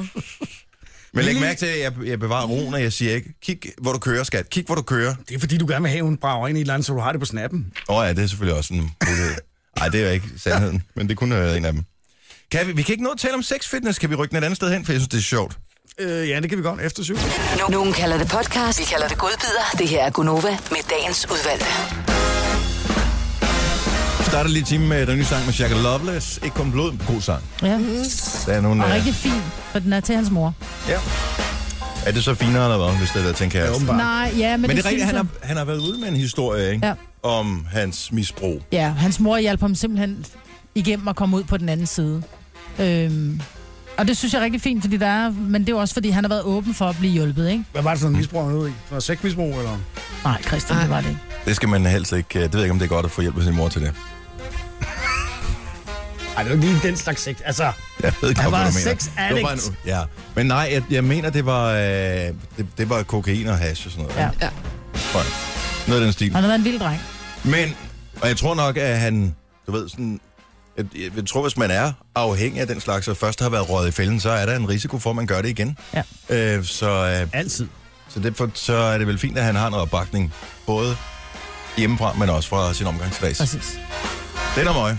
Speaker 1: Men læg mærke til, at jeg, jeg bevarer roen, og jeg siger ikke, kig hvor du kører, skat. Kig hvor du kører.
Speaker 4: Det er fordi, du gerne vil have, at hun brager ind i et eller andet, så du har det på snappen.
Speaker 1: Åh oh, ja, det er selvfølgelig også en mulighed. Nej, det er jo ikke sandheden, men det kunne have været en af dem. Kan vi, vi kan ikke nå at tale om sexfitness. Kan vi rykke den et andet sted hen, for jeg synes, det er sjovt.
Speaker 4: Øh, ja, det kan vi godt efter syv.
Speaker 5: No- Nogen kalder det podcast, vi kalder det godbider. Det her er Gunova med dagens udvalgte.
Speaker 1: Vi starter lige timen med den nye sang med Shaka Loveless. Ikke kun blod, men god sang.
Speaker 3: Ja.
Speaker 1: Der er nogle,
Speaker 3: Og
Speaker 1: øh,
Speaker 3: Mm. rigtig fin, for den er til hans mor.
Speaker 1: ja. Er det så finere, eller hvad, hvis det er der, tænker jeg.
Speaker 4: Ja,
Speaker 1: Men,
Speaker 4: åbenbart.
Speaker 3: Nej, ja, men,
Speaker 1: men det
Speaker 3: det
Speaker 1: er rigtigt,
Speaker 3: synes
Speaker 1: han
Speaker 3: jeg.
Speaker 1: har, han har været ude med en historie, ikke?
Speaker 3: Ja.
Speaker 1: Om hans misbrug.
Speaker 3: Ja, hans mor hjalp ham simpelthen igennem at komme ud på den anden side. Øhm, og det synes jeg er rigtig fint, fordi der er, men det er jo også, fordi han har været åben for at blive hjulpet, ikke?
Speaker 4: Hvad var det for noget misbrug, han var ude i? Var det sexmisbrug, eller?
Speaker 3: Nej, Christian, det var det ikke.
Speaker 1: Det skal man helst ikke... øh, Det ved jeg ikke, om det er godt at få hjælp af sin mor til det.
Speaker 4: Nej, det var ikke lige den slags sex. Altså,
Speaker 1: Jeg ved ikke,
Speaker 4: Han
Speaker 1: godt,
Speaker 4: var
Speaker 1: hvad du mener.
Speaker 4: sex
Speaker 1: Det var bare
Speaker 4: addict.
Speaker 1: en- Ja, men nej, jeg, jeg mener, det var, øh, det, det var kokain og hash og sådan noget.
Speaker 3: Ja.
Speaker 1: ikke?
Speaker 2: Ja.
Speaker 1: Tror jeg. Noget af den stil.
Speaker 3: Han har været en vild dreng.
Speaker 1: Men, og jeg tror nok, at han, du ved, sådan, jeg, jeg, jeg tror, hvis man er afhængig af den slags, og først har været røget i fælden, så er der en risiko for, at man gør det igen.
Speaker 3: Ja.
Speaker 1: Øh, så øh,
Speaker 4: altid.
Speaker 1: så derfor så er det vel fint, at han har en opbakning, både hjemmefra, men også fra sin omgangskreds.
Speaker 3: Præcis.
Speaker 1: Det er der møg.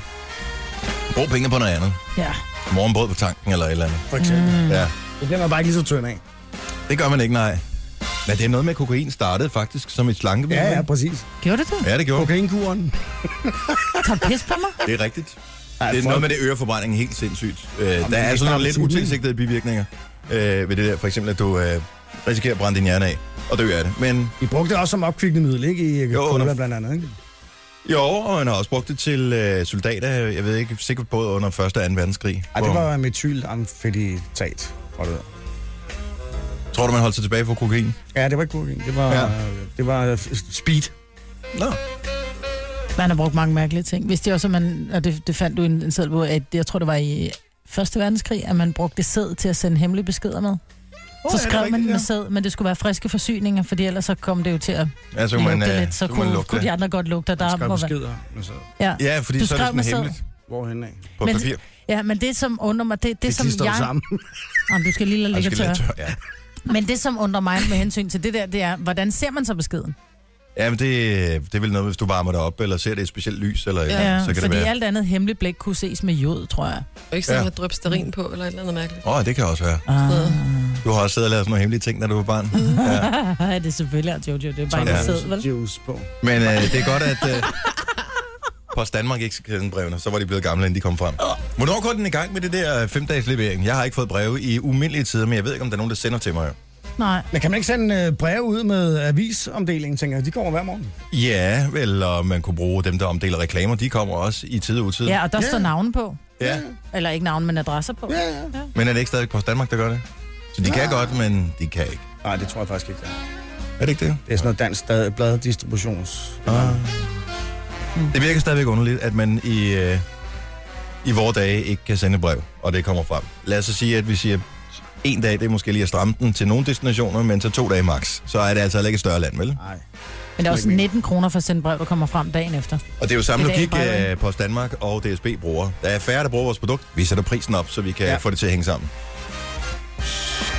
Speaker 1: Brug penge på noget andet.
Speaker 3: Ja.
Speaker 1: Morgenbrød på tanken eller et eller andet.
Speaker 4: For eksempel. Mm.
Speaker 1: Ja.
Speaker 4: Det bliver man bare ikke lige så tynd af.
Speaker 1: Det gør man ikke, nej. Men det er noget med, at kokain startede faktisk som et slankemiddel.
Speaker 4: Ja, ja,
Speaker 1: ikke?
Speaker 4: præcis.
Speaker 3: Gjorde det du?
Speaker 1: ja, det gjorde okay.
Speaker 4: Kokainkuren.
Speaker 3: Tager du pis på mig?
Speaker 1: Det er rigtigt.
Speaker 4: Ej,
Speaker 1: det er
Speaker 4: for-
Speaker 1: noget med det øreforbrænding helt sindssygt. Øh, der er
Speaker 4: det er
Speaker 1: sådan
Speaker 4: klart,
Speaker 1: nogle lidt
Speaker 4: sådan-
Speaker 1: utilsigtede bivirkninger øh, ved det der. For eksempel, at du øh, risikerer at brænde din hjerne af og dø af det. Men
Speaker 4: I brugte det også som opkvikkende middel, ikke? I
Speaker 1: Jo,
Speaker 4: cola
Speaker 1: under-
Speaker 4: blandt andet, ikke?
Speaker 1: jo, og man har også brugt det til øh, soldater. Jeg ved ikke, sikkert både under 1. og 2. verdenskrig.
Speaker 4: Ej, det
Speaker 1: hvor-
Speaker 4: var metylamfetitat, tror det var.
Speaker 1: Tror du, man holdt sig tilbage for kokain?
Speaker 4: Ja, det var ikke kokain. Det var,
Speaker 1: Ja.
Speaker 4: ja. det var øh, speed.
Speaker 1: Nå.
Speaker 3: Man har brugt mange mærkelige ting. Hvis det også, at man, og det, det fandt du i en, en seddel på, at det- jeg tror, det var i Første verdenskrig, at man brugte sæd til at sende hemmelige beskeder med. Oh, så
Speaker 1: det er
Speaker 3: skrev man
Speaker 1: rigtigt,
Speaker 3: den med
Speaker 1: ja.
Speaker 3: sæd, men det skulle være friske forsyninger, fordi ellers så kom det jo til at
Speaker 1: Ja, så
Speaker 3: lugte
Speaker 1: kunne man, øh,
Speaker 3: lidt, så,
Speaker 1: kunne man
Speaker 3: kunne,
Speaker 1: lugte
Speaker 3: kunne de
Speaker 1: det.
Speaker 3: andre godt lugte, og der
Speaker 4: Skrev
Speaker 3: må være...
Speaker 4: beskeder. men så-
Speaker 3: Ja.
Speaker 1: Ja, fordi
Speaker 3: Du
Speaker 1: så er det
Speaker 3: skrev
Speaker 1: sådan
Speaker 3: med sæd.
Speaker 1: hemmeligt
Speaker 4: Hvorhen af?
Speaker 1: på
Speaker 3: Men-
Speaker 1: papir.
Speaker 3: ja, men det som undrer mig, det, det,
Speaker 4: Det
Speaker 3: som
Speaker 4: klister
Speaker 3: jeg...
Speaker 4: jeg... sammen.
Speaker 3: Jamen, du skal lige lade
Speaker 1: Og det
Speaker 3: ligge
Speaker 1: skal
Speaker 3: tør.
Speaker 1: lidt tør- Ja.
Speaker 3: Men det som undrer mig med hensyn til det der, det er, hvordan ser man så beskeden?
Speaker 1: Ja, men det, det er vel noget, hvis du varmer det op, eller ser det i et specielt lys, eller ja, så kan det
Speaker 3: fordi
Speaker 1: være.
Speaker 3: alt andet hemmeligt blik kunne ses med jod, tror jeg.
Speaker 2: Og ikke sådan
Speaker 1: Ja.
Speaker 2: ja. at dryppe sterin på, eller et eller andet mærkeligt.
Speaker 1: Åh, oh, det kan også
Speaker 3: Ah.
Speaker 1: være. Du har også siddet og lavet sådan nogle hemmelige ting, da du var barn. Ja.
Speaker 3: Ah, det er selvfølgelig, at Jojo, det er bare
Speaker 1: Ja.
Speaker 3: ikke sæd, vel?
Speaker 4: Juice på.
Speaker 1: Men øh, det er godt, at øh, Post Danmark ikke skal sende brevene. Så var de blevet gamle, inden de kom frem. Hvornår går den i gang med det der 5-dages levering? Jeg har ikke fået breve i umindelige tider, men jeg ved ikke, om der er nogen, der sender til mig. jo.
Speaker 3: Nej.
Speaker 4: Men kan man ikke sende øh, breve ud med avisomdelingen, tænker jeg? De kommer hver morgen.
Speaker 1: Ja, eller man kunne bruge dem, der omdeler reklamer. De kommer også i tid og utid.
Speaker 3: Ja, og der står navne på.
Speaker 1: ja.
Speaker 3: Eller ikke navne, men adresser på.
Speaker 4: Ja, ja.
Speaker 1: Men er det ikke stadig Post Danmark, der gør det? Så de kan godt, men de kan ikke.
Speaker 4: Nej, det tror jeg faktisk ikke, det er.
Speaker 1: Er det ikke det?
Speaker 4: Det er sådan noget dansk stad- bladdistributions...
Speaker 1: Det virker stadigvæk underligt, at man i, øh, i vores dage ikke kan sende brev, og det kommer frem. Lad os så sige, at vi siger, en dag, det er måske lige at stramme den til nogle destinationer, men så to dage max. Så er det altså heller ikke et større land, vel?
Speaker 4: Nej.
Speaker 3: Men det er også 19 kroner for at sende brev, der kommer frem dagen efter.
Speaker 1: Og det er jo samme
Speaker 3: Det er
Speaker 1: logik,
Speaker 3: dagen bare,
Speaker 1: øh, Post Danmark og DSB bruger. Der er færre, der bruger vores produkt. Vi sætter prisen op, så vi kan ja.
Speaker 4: Ja.
Speaker 1: få det til at hænge sammen.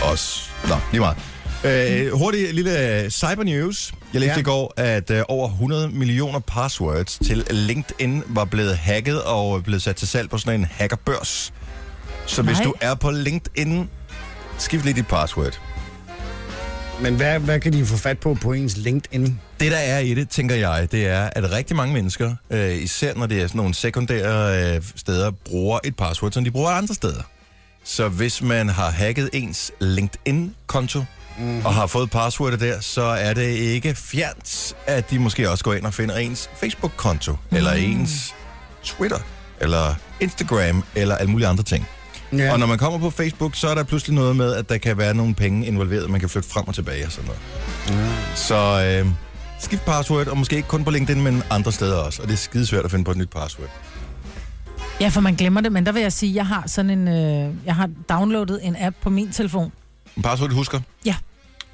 Speaker 1: Også. Nå, lige meget. Øh, hurtig lille øh, cyber news. Jeg læste ja.
Speaker 4: Ja.
Speaker 1: i går, at øh, over 100 millioner passwords til LinkedIn var blevet hacket og blevet sat til salg på sådan en hackerbørs. Så Nej. hvis
Speaker 3: Nej.
Speaker 1: du er på LinkedIn, skift lige dit password.
Speaker 4: Men hvad, hvad kan de få fat på på ens LinkedIn?
Speaker 1: Det, der er i det, tænker jeg, det er, at rigtig mange mennesker, øh, især når det er sådan nogle sekundære øh, steder, bruger et password, som de bruger andre steder. Så hvis man har hacket ens LinkedIn-konto, mm-hmm. og har fået passwordet der, så er det ikke fjernt, at de måske også går ind og finder ens Facebook-konto, mm. eller ens Twitter, eller Instagram, eller alle mulige andre ting. Ja. Og når man kommer på Facebook, så er der pludselig noget med, at der kan være nogle penge involveret, man kan flytte frem og tilbage og sådan noget. Ja. Så øh, Skift password, og måske ikke kun på LinkedIn, men andre steder også. Og det er skidesvært at finde på et nyt password.
Speaker 3: Ja, for man glemmer det, men der vil jeg sige, at jeg har sådan en, øh, jeg har downloadet en app på min telefon.
Speaker 1: Men password du husker.
Speaker 3: Ja.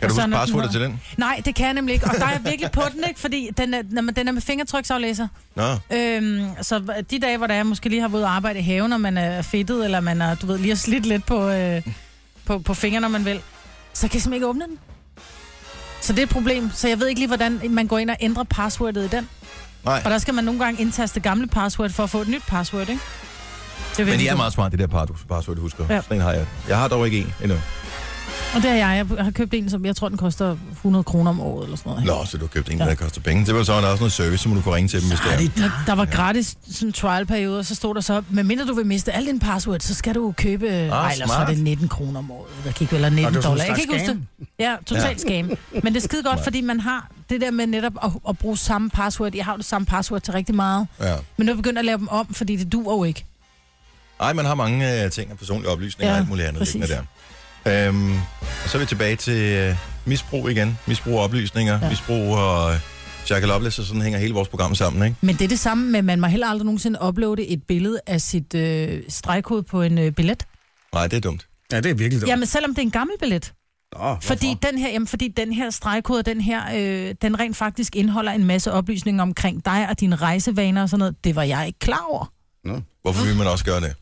Speaker 1: Kan
Speaker 3: Og
Speaker 1: du
Speaker 3: så
Speaker 1: huske
Speaker 3: når den
Speaker 1: passwordet
Speaker 3: hedder-
Speaker 1: til den?
Speaker 3: Nej, det kan jeg nemlig ikke, og der er jeg virkelig på den, ikke? Fordi den er, når man- den er med fingeraftryksaflæser.
Speaker 1: Nå.
Speaker 3: Øhm, så de dage, hvor der er, måske lige har været ude at arbejde i haven, og man er fedtet, eller man er, du ved, lige har slidt lidt på, øh, på, på fingrene, om man vil, så kan jeg simpelthen ikke åbne den. Så det er et problem. Så jeg ved ikke lige, hvordan man går ind og ændrer passwordet i den.
Speaker 1: Nej.
Speaker 3: Og der skal man nogle gange indtaste det gamle password for at få et nyt password, ikke? Det
Speaker 1: Men
Speaker 3: virkelig
Speaker 1: de er
Speaker 3: dumt.
Speaker 1: meget smart, det der par- password, du husker. Ja.
Speaker 3: Ja.
Speaker 1: Sådan en har jeg. Jeg har dog ikke en endnu.
Speaker 3: Og det er jeg. Jeg har købt en, som jeg tror, den koster 100 kroner om året eller sådan noget.
Speaker 1: Nå, så du har købt en, der
Speaker 3: Ja.
Speaker 1: koster penge. Det var så er der også noget service, som du kunne ringe til dem, hvis det er.
Speaker 3: Men Der var gratis sådan trial-periode, og så stod der så, medmindre du vil miste al din password, så skal du købe... Ah, Ej, ellers var
Speaker 1: smart.
Speaker 3: det 19 kroner om året, der gik, eller 19
Speaker 4: Og det var sådan en
Speaker 3: dollar. Jeg kan ikke
Speaker 4: slags
Speaker 3: huske det. Ja, totalt scam. Men det er skide godt, fordi man har det der med netop at, at bruge samme password. Jeg har jo det samme password til rigtig meget.
Speaker 1: Ja.
Speaker 3: Men nu er jeg begyndt at lave dem om, fordi det duer jo ikke.
Speaker 1: Ej, man har mange øh, ting og personlige oplysninger ja,
Speaker 3: Ja,
Speaker 1: og alt muligt andet
Speaker 3: præcis.
Speaker 1: liggende der. Øhm, og så er vi tilbage til øh, misbrug igen. Misbrug af oplysninger, ja.
Speaker 3: Ja.
Speaker 1: misbrug og øh, Jackalopolis, og sådan hænger hele vores program sammen, ikke?
Speaker 3: Men det er det samme med, at man må heller aldrig nogensinde uploade et billede af sit øh, stregkode på en øh, billet.
Speaker 1: Nej, det er dumt.
Speaker 4: Ja, det er virkelig dumt.
Speaker 3: Jamen, selvom det er en gammel billet.
Speaker 4: Nå,
Speaker 3: Fordi den her, jamen, fordi den her stregkode, den her, øh, den rent faktisk indeholder en masse oplysninger omkring dig og dine rejsevaner og sådan noget. Det var jeg ikke klar over.
Speaker 1: Hvorfor vil man også gøre det?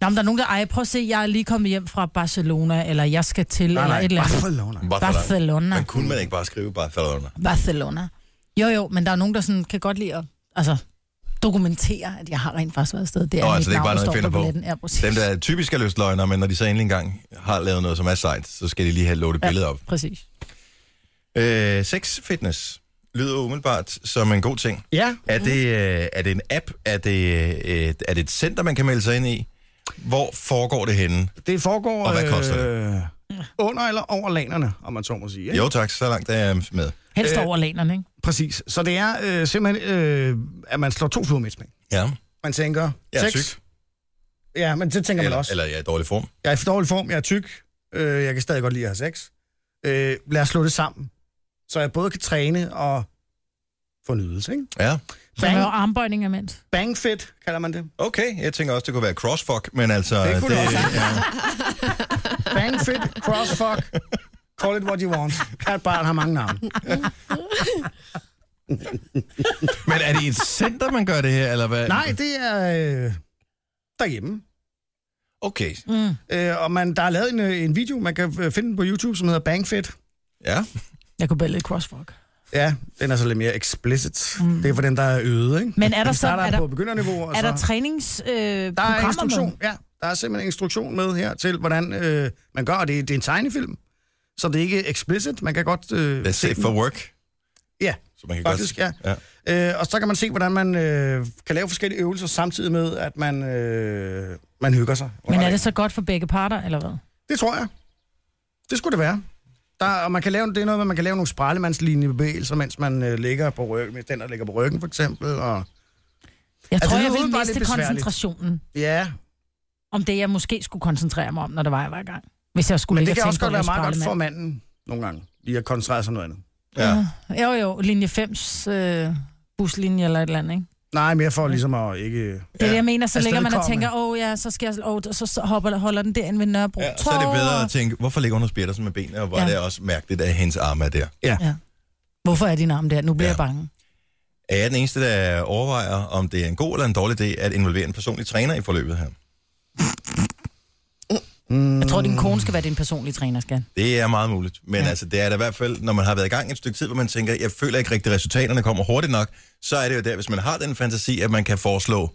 Speaker 3: Nå, men der er nogen, der, ej, prøv at se, jeg er lige kommet hjem fra Barcelona, eller jeg skal til,
Speaker 4: nej,
Speaker 3: eller
Speaker 4: nej,
Speaker 3: et eller andet.
Speaker 4: Barcelona.
Speaker 3: Barcelona.
Speaker 1: Men kunne man ikke bare skrive bare Barcelona?
Speaker 3: Barcelona. Jo, jo, men der er nogen, der sådan, kan godt lide at altså, dokumentere, at jeg har rent faktisk været afsted. Det er
Speaker 1: Nå,
Speaker 3: mit
Speaker 1: altså, det er ikke bare
Speaker 3: navn,
Speaker 1: noget,
Speaker 3: der
Speaker 1: jeg
Speaker 3: står
Speaker 1: finder på.
Speaker 3: billetten. Ja, præcis.
Speaker 1: Dem, der er typisk er løsløgner, men når de så endelig engang har lavet noget, som er sejt, så skal de lige have låtet
Speaker 3: Ja.
Speaker 1: billedet op.
Speaker 3: Præcis.
Speaker 1: Øh, sex fitness lyder umiddelbart som en god ting.
Speaker 4: Ja,
Speaker 1: Er det, øh, er det en app? Er det, øh, er det et center, man kan melde sig ind i? Hvor foregår det henne?
Speaker 4: det foregår...
Speaker 1: Og hvad koster
Speaker 4: det? Under eller over lanerne, om man så må sige. Ikke?
Speaker 1: Jo tak, så langt er jeg med.
Speaker 3: Helst
Speaker 4: Øh,
Speaker 3: over lanerne, ikke?
Speaker 4: Præcis. Så det er øh, simpelthen, øh, at man slår to fluer med et smæk.
Speaker 1: Ja,
Speaker 4: Man tænker,
Speaker 1: jeg er
Speaker 4: sex.
Speaker 1: tyk.
Speaker 4: Ja, men det tænker man
Speaker 1: Eller,
Speaker 4: også.
Speaker 1: eller jeg er i dårlig form.
Speaker 4: Jeg er i for dårlig form, jeg er tyk, øh, jeg kan stadig godt lide at have sex. Øh, lad os slå det sammen, så jeg både kan træne og få nydelse, ikke?
Speaker 1: Ja,
Speaker 3: Der er jo
Speaker 4: Bang,
Speaker 3: armbøjninger imens.
Speaker 4: bang fit, kalder man det.
Speaker 1: okay. Jeg tænker også, det kunne være crossfuck, men altså...
Speaker 4: Det kunne det også.
Speaker 1: ja.
Speaker 4: Bang fit, crossfuck, call it what you want. Kært barn har mange navne.
Speaker 1: Men er det i et center, man gør det her, eller hvad?
Speaker 4: Nej, det er øh, derhjemme.
Speaker 1: Okay,
Speaker 3: Mm.
Speaker 4: Øh, og man, der er lavet en, øh, en video, man kan øh, finde den på YouTube, som hedder Bang Fit.
Speaker 1: ja.
Speaker 3: Jeg kunne bare lidt crossfuck.
Speaker 4: Ja, den er så lidt mere explicit. Mm. Det er for den, der er øde, ikke?
Speaker 3: Men er der
Speaker 4: Den
Speaker 3: så,
Speaker 4: starter
Speaker 3: er der,
Speaker 4: på begynderniveau, og
Speaker 3: er
Speaker 4: så...
Speaker 3: der træningsprogrammer øh,
Speaker 4: Der er
Speaker 3: programmer med?
Speaker 4: instruktion, ja. Der er simpelthen en instruktion med her til, hvordan øh, man gør og det. Det er en tegnefilm, så det er ikke explicit. Man kan godt... Øh,
Speaker 1: Det er
Speaker 4: se
Speaker 1: safe
Speaker 4: den.
Speaker 1: for work.
Speaker 4: Ja,
Speaker 1: Så man kan
Speaker 4: faktisk, ja.
Speaker 1: godt... ja.
Speaker 4: Øh, og så kan man se, hvordan man øh, kan lave forskellige øvelser, samtidig med, at man, øh, man hygger sig.
Speaker 3: Men er det så godt for begge parter, eller hvad?
Speaker 4: Det tror jeg. Det skulle det være. Der, og man kan lave, det er noget med, at man kan lave nogle sprællemandslignende bevægelser, mens man øh, ligger på ryggen, mens den der ligger på ryggen, for eksempel. Og,
Speaker 3: Jeg
Speaker 4: Altså,
Speaker 3: tror,
Speaker 4: det
Speaker 3: jeg ville
Speaker 4: lyder umiddelbart lidt
Speaker 3: miste
Speaker 4: besværligt.
Speaker 3: koncentrationen
Speaker 4: ja,
Speaker 3: om det, jeg måske skulle koncentrere mig om, når det var, jeg var i gang. Hvis jeg skulle
Speaker 4: men
Speaker 3: ligge
Speaker 4: det
Speaker 3: og
Speaker 4: kan
Speaker 3: tænke
Speaker 4: også
Speaker 3: på, at jeg
Speaker 4: godt være meget godt
Speaker 3: skulle
Speaker 4: for manden nogle gange, lige at koncentrere sig om noget andet.
Speaker 1: ja.
Speaker 3: sprælle med. Jo, jo, linje 5's øh, buslinje eller et eller andet, ikke?
Speaker 4: Nej, mere for ligesom at
Speaker 3: Det
Speaker 4: ikke...
Speaker 3: er
Speaker 1: Ja.
Speaker 3: det, jeg mener. Så
Speaker 4: Afsted
Speaker 3: ligger man og
Speaker 4: komme.
Speaker 3: tænker, åh ja, så skal jeg... Åh, og så hopper, holder den derinde ved Nørrebro.
Speaker 1: Ja, så er det
Speaker 3: Torv,
Speaker 1: bedre
Speaker 3: og-
Speaker 1: at tænke, hvorfor ligger hun og spjætter sig med benene, og hvor ja.
Speaker 3: Ja.
Speaker 1: det er også mærkeligt, at hendes arme er der.
Speaker 3: Ja. Hvorfor er din arm der? Nu bliver
Speaker 1: Ja.
Speaker 3: ja. jeg bange.
Speaker 1: Er jeg den eneste, der overvejer, om det er en god eller en dårlig idé at involvere en personlig træner i forløbet her?
Speaker 4: Mm,
Speaker 3: Jeg tror, din kone skal være din personlige træner, skal.
Speaker 1: Det er meget muligt. Men ja. altså, det er da i hvert fald, når man har været i gang et stykke tid, hvor man tænker, jeg føler ikke rigtigt, at resultaterne kommer hurtigt nok, så er det jo der, hvis man har den fantasi, at man kan foreslå,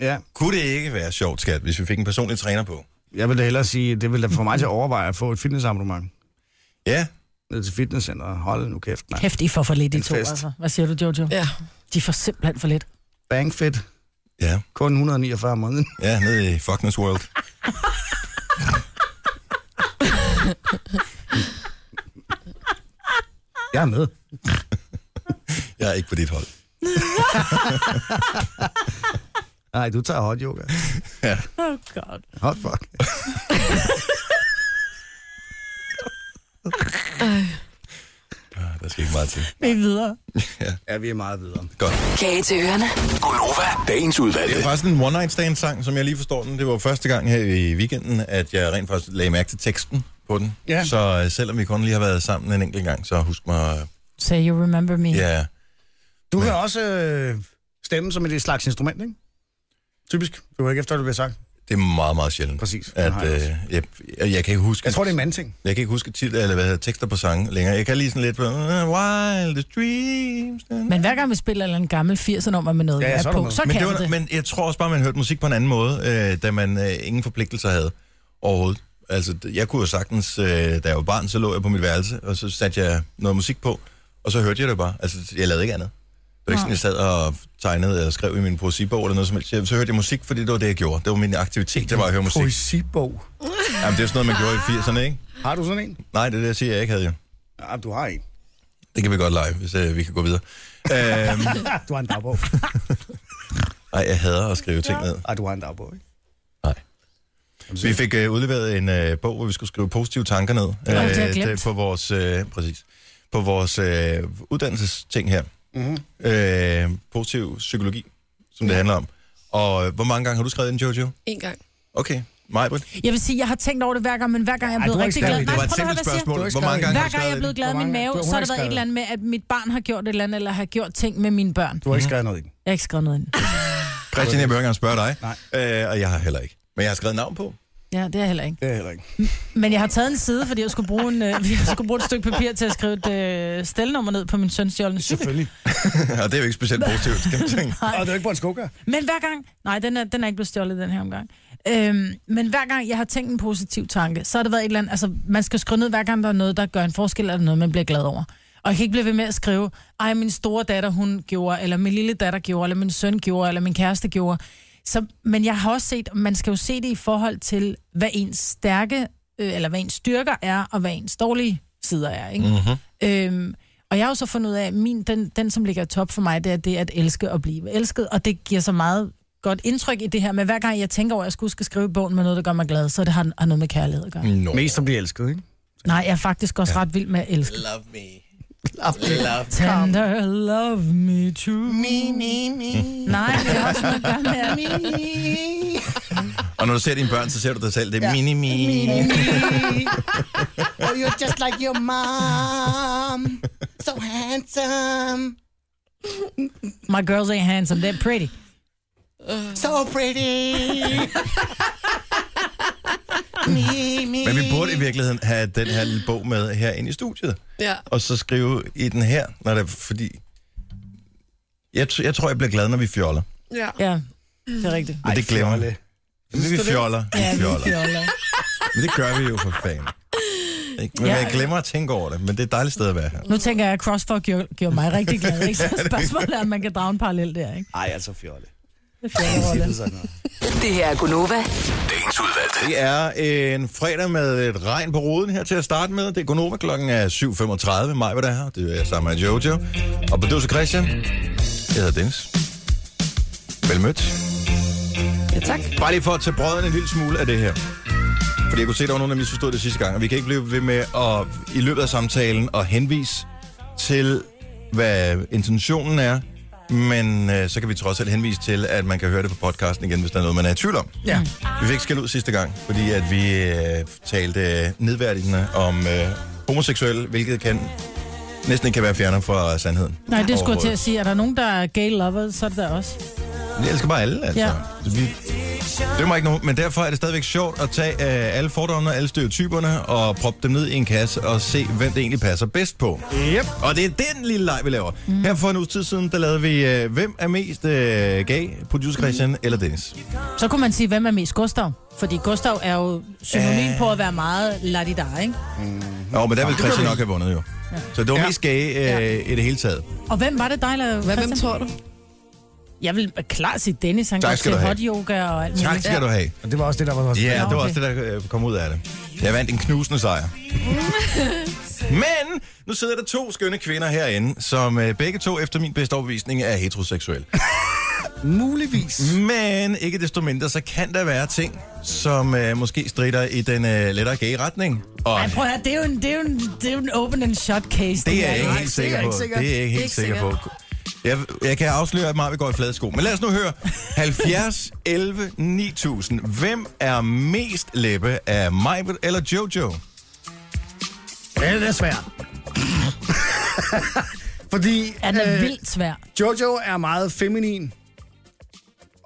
Speaker 4: Ja,
Speaker 1: kunne det ikke være sjovt, skat, hvis vi fik en personlig træner på?
Speaker 4: jeg vil da hellere sige, det vil da få mig til at overveje at få et fitnessabonnement.
Speaker 1: Ja,
Speaker 4: Ned til fitnesscenteret. Hold nu kæft, mand.
Speaker 3: Kæft, I får for lidt, de
Speaker 4: En
Speaker 3: to,
Speaker 4: fest.
Speaker 3: altså. Hvad siger du, Jojo?
Speaker 2: Ja.
Speaker 3: De får simpelthen for lidt.
Speaker 4: Bankfit.
Speaker 1: ja,
Speaker 4: Kun 149 om måneden.
Speaker 1: ja, nede i Fuckness World.
Speaker 4: Jeg er med.
Speaker 1: Jeg er ikke på dit hold.
Speaker 4: Nej, du tager hot yoga.
Speaker 3: Oh god.
Speaker 4: Hot fuck.
Speaker 1: Ah, der skal ikke meget til.
Speaker 3: Vi er videre.
Speaker 4: Ja, vi er meget videre.
Speaker 1: Godt.
Speaker 5: Kage til ørerne.
Speaker 6: Gunova, dagens
Speaker 1: Det
Speaker 6: udvalgte.
Speaker 1: er faktisk en one night stand sang, som jeg lige forstår den. Det var første gang her i weekenden, at jeg rent faktisk lagde mærke til teksten på den.
Speaker 4: Ja.
Speaker 1: Så øh, selvom vi kun lige har været sammen en enkelt gang, så husk mig, øh,
Speaker 3: Say you remember me.
Speaker 1: ja,
Speaker 4: Du kan også øh, stemme som et slags instrument, ikke? Typisk. Du hører ikke efter, at det bliver sagt.
Speaker 1: det er meget, meget sjældent.
Speaker 4: Præcis. Den
Speaker 1: At,
Speaker 4: har
Speaker 1: øh,
Speaker 4: jeg også.
Speaker 1: jeg, jeg, jeg, kan ikke huske,
Speaker 4: Jeg tror, det er en mandting.
Speaker 1: jeg kan ikke huske tit, eller hvad hedder, tekster på sange længere. Jeg kan lige sådan lidt, uh, wild dreams. Men,
Speaker 3: Men hver gang vi spiller en eller anden gammel 80'er nummer med noget
Speaker 4: Ja,
Speaker 3: ja,
Speaker 4: så er
Speaker 3: på,
Speaker 4: du med.
Speaker 3: så
Speaker 1: men,
Speaker 3: kan
Speaker 1: det
Speaker 3: du
Speaker 1: var,
Speaker 3: det.
Speaker 1: men jeg tror også bare, man hørte musik på en anden måde, øh, da man øh, ingen forpligtelser havde overhovedet. Altså, d- jeg kunne jo sagtens, øh, da jeg var barn, så lå jeg på mit værelse, og så satte jeg noget musik på, og så hørte jeg det bare. Altså, jeg lavede ikke andet. Det var ikke sådan, jeg sad og tegnede eller skrev i min poesibog eller noget som helst. Så hørte jeg musik, fordi det var det, jeg gjorde. Det var min aktivitet, det var at høre musik.
Speaker 4: Poesibog.
Speaker 1: Jamen, det er sådan noget, man gjorde i 80'erne, ikke?
Speaker 4: Har du sådan en?
Speaker 1: Nej, det er det, jeg siger, jeg ikke havde jo.
Speaker 4: Ja, du har en.
Speaker 1: Det kan vi godt lege, hvis øh, vi kan gå videre. Øhm,
Speaker 4: Du har en dagbog.
Speaker 1: ej, jeg hader at skrive ting ned.
Speaker 4: Ej, du har en dagbog, ikke?
Speaker 1: Nej. Vi fik øh, udleveret en øh, bog, hvor vi skulle skrive positive tanker ned.
Speaker 3: det har jeg
Speaker 1: øh,
Speaker 3: glemt.
Speaker 1: det- på vores, øh, præcis, på vores øh, uddannelsesting her.
Speaker 3: Mhm.
Speaker 1: Mm-hmm. Øh, positiv psykologi, som det handler om. Og øh, hvor mange gange har du skrevet den, Jojo?
Speaker 2: En gang.
Speaker 1: Okay, mig, Britt.
Speaker 3: Jeg vil sige, jeg har tænkt over det hver gang, men hver gang jeg er
Speaker 4: Ej,
Speaker 3: blevet
Speaker 4: du har
Speaker 3: rigtig
Speaker 4: ikke
Speaker 3: glad.
Speaker 4: skrevet
Speaker 1: Det var
Speaker 3: Nej,
Speaker 1: et
Speaker 3: prøv at høre,
Speaker 1: simpelt
Speaker 3: hvad jeg
Speaker 1: spørgsmål.
Speaker 4: Du har ikke
Speaker 1: Hvor mange
Speaker 4: skrevet
Speaker 1: gange
Speaker 4: den.
Speaker 1: har
Speaker 3: Hver
Speaker 1: du
Speaker 3: gang jeg er
Speaker 1: skrevet
Speaker 3: blevet glad i
Speaker 4: Hvor
Speaker 3: min
Speaker 4: mange-
Speaker 3: mave,
Speaker 4: Du har-
Speaker 3: så
Speaker 4: hun
Speaker 3: har
Speaker 4: har
Speaker 3: der været et
Speaker 4: skrevet
Speaker 3: eller andet med, at mit barn har gjort et eller andet, eller har gjort ting med mine børn.
Speaker 4: Du har ikke skrevet noget i den.
Speaker 3: Jeg har ikke skrevet noget ind.
Speaker 1: den? Christian, jeg behøver ikke engang spørge dig. Øh, og jeg har heller ikke. Men jeg har skrevet navn på.
Speaker 3: Ja, det er heller ikke.
Speaker 4: Det er heller ikke.
Speaker 3: Men jeg har taget en side, fordi jeg skulle bruge, en, øh, jeg skulle bruge et stykke papir til at skrive et øh, stelnummer ned på min søns stjålne cykel.
Speaker 4: Selvfølgelig.
Speaker 1: og det er jo ikke specielt positivt, skal man tænke.
Speaker 4: Og det er jo ikke på en skugger.
Speaker 3: Men hver gang... Nej, den er, den er ikke blevet stjålet den her omgang. Øhm, men hver gang jeg har tænkt en positiv tanke, så har det været et eller andet... Altså, man skal skrive ned, hver gang der er noget, der gør en forskel, eller noget, man bliver glad over. Og jeg kan ikke blive ved med at skrive, ej, min store datter, hun gjorde, eller min lille datter gjorde, eller min søn gjorde, eller min kæreste gjorde. Så, men jeg har også set, man skal jo se det i forhold til, hvad ens stærke, øh, eller hvad ens styrker er, og hvad ens dårlige sider er. Ikke? Mm-hmm. Øhm, og jeg har jo så fundet ud af, at min, den, den, som ligger i top for mig, det er det at elske og blive elsket. Og det giver så meget godt indtryk i det her. Men hver gang jeg tænker over, at jeg skulle skal skrive i bogen med noget, der gør mig glad, så det har, har noget med kærlighed at gøre. Mm.
Speaker 1: Nå.
Speaker 4: Mest som bliver elsket, ikke?
Speaker 3: Nej, jeg er faktisk også ja. ret vild med at elske.
Speaker 1: Love me.
Speaker 3: Tender love me too. Me, me, me. Nej, det er også noget at gøre med at...
Speaker 1: Og når du ser dine børn, så ser du dig selv. Det er mini, mini.
Speaker 7: oh, you're just like your mom. So handsome.
Speaker 3: My girls ain't handsome, they're pretty.
Speaker 7: So pretty. me, me.
Speaker 1: Men vi burde i virkeligheden have den her lille bog med her ind i studiet,
Speaker 2: Ja.
Speaker 1: og så skrive i den her, når det, fordi jeg, tr- jeg tror, jeg bliver glad, når vi fjoller.
Speaker 2: ja.
Speaker 3: Ja, det er rigtigt.
Speaker 1: Men det glemmer
Speaker 4: fjolle.
Speaker 1: jeg. Vi fjoller, vi fjoller.
Speaker 3: fjoller.
Speaker 1: Men det gør vi jo for fanden. Ikke? Men
Speaker 3: Ja.
Speaker 1: jeg glemmer at tænke over det, men det er et dejligt sted at være her.
Speaker 3: Nu tænker jeg, at CrossFit gjorde, gjorde mig rigtig glad. Ikke? Så spørgsmålet er, om man kan drage en parallel der, ikke?
Speaker 4: Ej, altså fjolle.
Speaker 3: Det er fjollerrolle.
Speaker 4: Det er sådan noget.
Speaker 5: Det her er Gunova.
Speaker 6: Dagens udvalgte.
Speaker 1: Det er en fredag med et regn på ruden her til at starte med. Det er Gonova klokken er 7.35. Maj, hvad der er her. Det er sammen med Jojo. Og producer Christian. Jeg hedder Dennis. Vel mødt.
Speaker 2: ja tak.
Speaker 1: Bare lige for at tage brødrene en lille smule af det her. Fordi jeg kunne se, at der var nogen, der misforstod det sidste gang. Og vi kan ikke blive ved med at, i løbet af samtalen at henvise til, hvad intentionen er. Men øh, så kan vi trods alt henvise til, at man kan høre det på podcasten igen, hvis der er noget, man er i tvivl om.
Speaker 4: Ja.
Speaker 1: Vi fik skæld ud sidste gang, fordi at vi øh, talte øh, nedværdigende om øh, homoseksuelle, hvilket kan næsten ikke kan være fjerner fra sandheden.
Speaker 3: Nej, det skulle jeg til
Speaker 1: Overhovedet.
Speaker 3: at sige. Er der nogen, der er gay lovers, så er det der også.
Speaker 1: Jeg elsker bare alle, altså.
Speaker 3: Ja.
Speaker 1: Ja. Vi dømmer ikke nogen, men derfor er det stadigvæk sjovt at tage øh, alle fordommene og alle stereotyperne og proppe dem ned i en kasse og se, hvem det egentlig passer bedst på. Yep. Og det er den lille leg, vi laver. Mm. Her for en uges tid siden, der lavede vi, øh, hvem er mest øh, gay, producer Christian mm. eller Dennis?
Speaker 3: Så kunne man sige, hvem er mest Gustav? Fordi Gustav er jo synonym på at være meget ladidar, ikke?
Speaker 1: Mm. Jo, men der vil Christian nok have vundet jo. Ja. Så det var mest gay øh,
Speaker 3: Ja.
Speaker 1: i det hele taget.
Speaker 3: Og hvem var det dig, eller
Speaker 2: Hvad, hvem tror du?
Speaker 3: Jeg vil klart sige Dennis, han
Speaker 1: Tak
Speaker 3: går
Speaker 1: skal
Speaker 3: til
Speaker 1: du have.
Speaker 3: hot yoga og alt
Speaker 1: Tak
Speaker 3: muligt.
Speaker 1: skal du have.
Speaker 4: Og det var også det, der var også.
Speaker 1: Ja, yeah,
Speaker 3: Nå,
Speaker 1: det var
Speaker 3: okay.
Speaker 1: også det, der øh, kom ud af det. Jeg vandt en knusende sejr. Mm. Men nu sidder der to skønne kvinder herinde, som øh, begge to efter min bedste overbevisning er heteroseksuelle.
Speaker 4: Muligvis.
Speaker 1: Men ikke desto mindre, så kan der være ting, som øh, måske strider i den øh, lettere gay retning. Og
Speaker 3: Ej, prøv at høre, det er jo en, det er jo en, det er jo en open and shut case.
Speaker 1: det er
Speaker 3: her.
Speaker 1: jeg ikke
Speaker 4: Nej,
Speaker 1: helt
Speaker 4: det er
Speaker 1: sikker
Speaker 4: jeg
Speaker 1: på.
Speaker 4: ikke sikker.
Speaker 1: Det er jeg ikke helt
Speaker 2: Ikke
Speaker 1: sikker på.
Speaker 2: sikker.
Speaker 1: Jeg, jeg kan afsløre, at Marve går i fladsko. Men lad os nu høre. 70, 11, 9000. Hvem er mest læbe af Majbert eller Jojo?
Speaker 4: Ja, det er svært. Fordi
Speaker 3: Ja, den er
Speaker 4: øh,
Speaker 3: vildt svær.
Speaker 4: Jojo er meget feminin,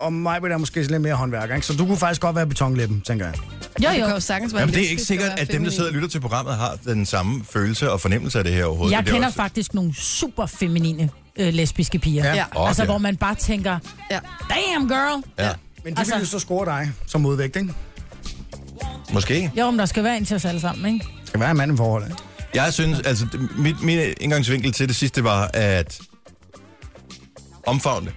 Speaker 4: og Majbrit er måske lidt mere håndværker, ikke? Så du kunne faktisk godt være betonlæben, tænker jeg.
Speaker 3: Jo,
Speaker 2: Det
Speaker 3: jo.
Speaker 2: kan jo sagtens være
Speaker 1: Jamen, det er
Speaker 2: lesbisk
Speaker 1: ikke sikkert,
Speaker 2: være
Speaker 1: at dem, der
Speaker 2: feminin.
Speaker 1: sidder og lytter til programmet, har den samme følelse og fornemmelse af det her overhovedet.
Speaker 3: Jeg
Speaker 1: Men det er
Speaker 3: kender
Speaker 1: også-
Speaker 3: faktisk nogle super feminine øh, lesbiske piger.
Speaker 4: Ja.
Speaker 2: Ja.
Speaker 1: Okay.
Speaker 3: Altså, hvor man bare tænker,
Speaker 2: Ja.
Speaker 3: damn girl.
Speaker 1: Ja.
Speaker 4: Men de altså...
Speaker 3: Altså-
Speaker 4: vil jo så score dig som modvægt, ikke?
Speaker 1: Måske.
Speaker 3: Jo, men der skal være en til os alle sammen, ikke?
Speaker 4: Det skal være en mand i forholdet. ikke?
Speaker 1: Jeg synes, altså, det- mit, min indgangsvinkel til det sidste var, at omfavne det.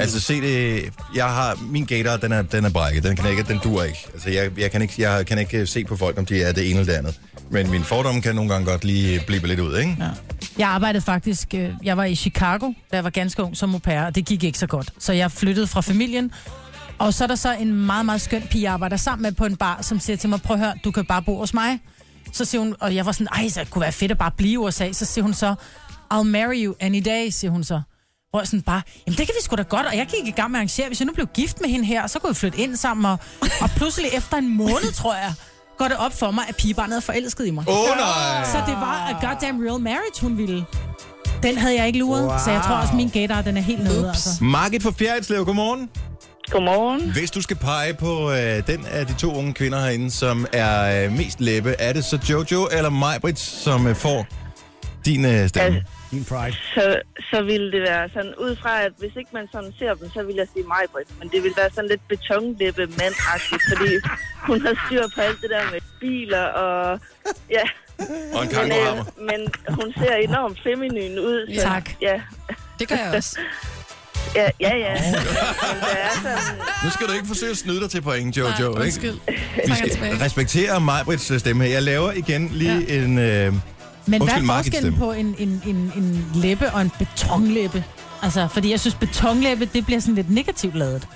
Speaker 1: Altså se det, jeg har, min gator, den er, den er brækket, den kan ikke, den dur ikke. Altså jeg, jeg, kan ikke, jeg kan ikke se på folk, om de er det ene eller det andet. Men min fordom kan nogle gange godt lige blive lidt ud, ikke? Ja.
Speaker 3: Jeg arbejdede faktisk, øh, jeg var i Chicago, da jeg var ganske ung som au pair, og det gik ikke så godt. Så jeg flyttede fra familien, og så er der så en meget, meget skøn pige, jeg arbejder sammen med på en bar, som siger til mig, prøv at høre, du kan bare bo hos mig. Så siger hun, og jeg var sådan, ej, så det kunne være fedt at bare blive i USA. Så siger hun så, I'll marry you any day, siger hun så. Hvor jeg sådan bare, jamen det kan vi sgu da godt, og jeg gik i gang med at arrangere, hvis jeg nu blev gift med hende her, så kunne vi flytte ind sammen, og, og pludselig efter en måned, tror jeg, går det op for mig, at pigebarnet er forelsket i mig.
Speaker 1: Åh oh, nej!
Speaker 3: Så det var a goddamn real marriage, hun ville. Den havde jeg ikke luret, wow. så jeg tror også, min gator, den er helt nede, altså.
Speaker 1: Margit fra Fjerritslev, godmorgen.
Speaker 8: Godmorgen.
Speaker 1: Hvis du skal pege på øh, den af de to unge kvinder herinde, som er øh, mest læbe, er det så Jojo eller Majbrit, som øh, får din øh, stemme?
Speaker 8: Altså,
Speaker 4: Din pride.
Speaker 8: Så, så ville det være sådan, ud fra at hvis ikke man sådan ser dem, så ville jeg sige mig, Britt. Men det ville være sådan lidt betonlæppe mand fordi hun har styr på alt det der med biler og... Ja,
Speaker 1: og en
Speaker 8: men, øh,
Speaker 1: kangurhammer.
Speaker 8: men hun ser enormt feminin ud. Så,
Speaker 2: Tak.
Speaker 8: Ja,
Speaker 2: Det gør jeg også.
Speaker 8: ja, ja. ja. Men der er sådan,
Speaker 1: Nu skal du ikke forsøge at snyde dig til point, Jojo.
Speaker 2: Nej,
Speaker 1: ikke?
Speaker 2: undskyld.
Speaker 1: Vi
Speaker 2: Trækker
Speaker 1: skal
Speaker 2: tilbage.
Speaker 1: respektere Majbrits øh, stemme her. Jeg laver igen lige ja. en... Øh,
Speaker 3: Men hvad
Speaker 1: Undskyld,
Speaker 3: er
Speaker 1: Margits
Speaker 3: forskellen
Speaker 1: stemme.
Speaker 3: på en, en, en, en læppe og en betonlæppe? Altså, fordi jeg synes, betonlæppe, det bliver sådan lidt negativt lavet.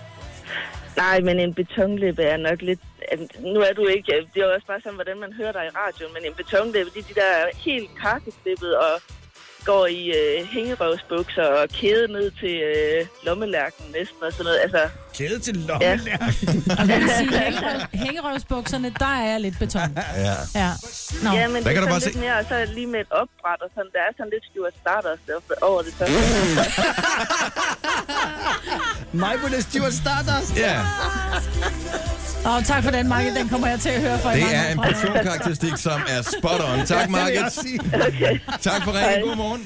Speaker 8: nej, men en betonlæppe er nok lidt... altså, Nu er du ikke... Det er jo også bare sådan, hvordan man hører dig i radioen. Men en betonlæppe, det er de der er helt kakkeklippet og går i øh, hængerøvsbukser og kæde ned til øh, lommelærken næsten og sådan noget. Altså,
Speaker 4: Kæde til
Speaker 8: ja.
Speaker 4: lommelærken.
Speaker 3: Og jeg vil sige, hængerøv, hængerøvsbukserne, der er jeg lidt beton.
Speaker 1: ja.
Speaker 3: Ja. Nå.
Speaker 8: ja, men
Speaker 1: Der
Speaker 8: det
Speaker 1: kan
Speaker 8: er
Speaker 1: du bare
Speaker 8: sådan lidt
Speaker 1: se-
Speaker 8: mere, og så lige med et opbræt og sådan. Der er sådan lidt Stuart Stardust over det så.
Speaker 4: Mig på det Stuart Stardust.
Speaker 1: ja,
Speaker 3: Og tak for den, Marke. Den kommer jeg til at høre fra i
Speaker 1: det
Speaker 3: mange
Speaker 1: er
Speaker 3: år
Speaker 1: en
Speaker 3: fremover.
Speaker 1: personkarakteristik, som er spot on. Tak,
Speaker 4: Det vil jeg
Speaker 1: Margit.
Speaker 4: sige.
Speaker 1: Tak for
Speaker 8: Hej.
Speaker 1: ringen. God morgen.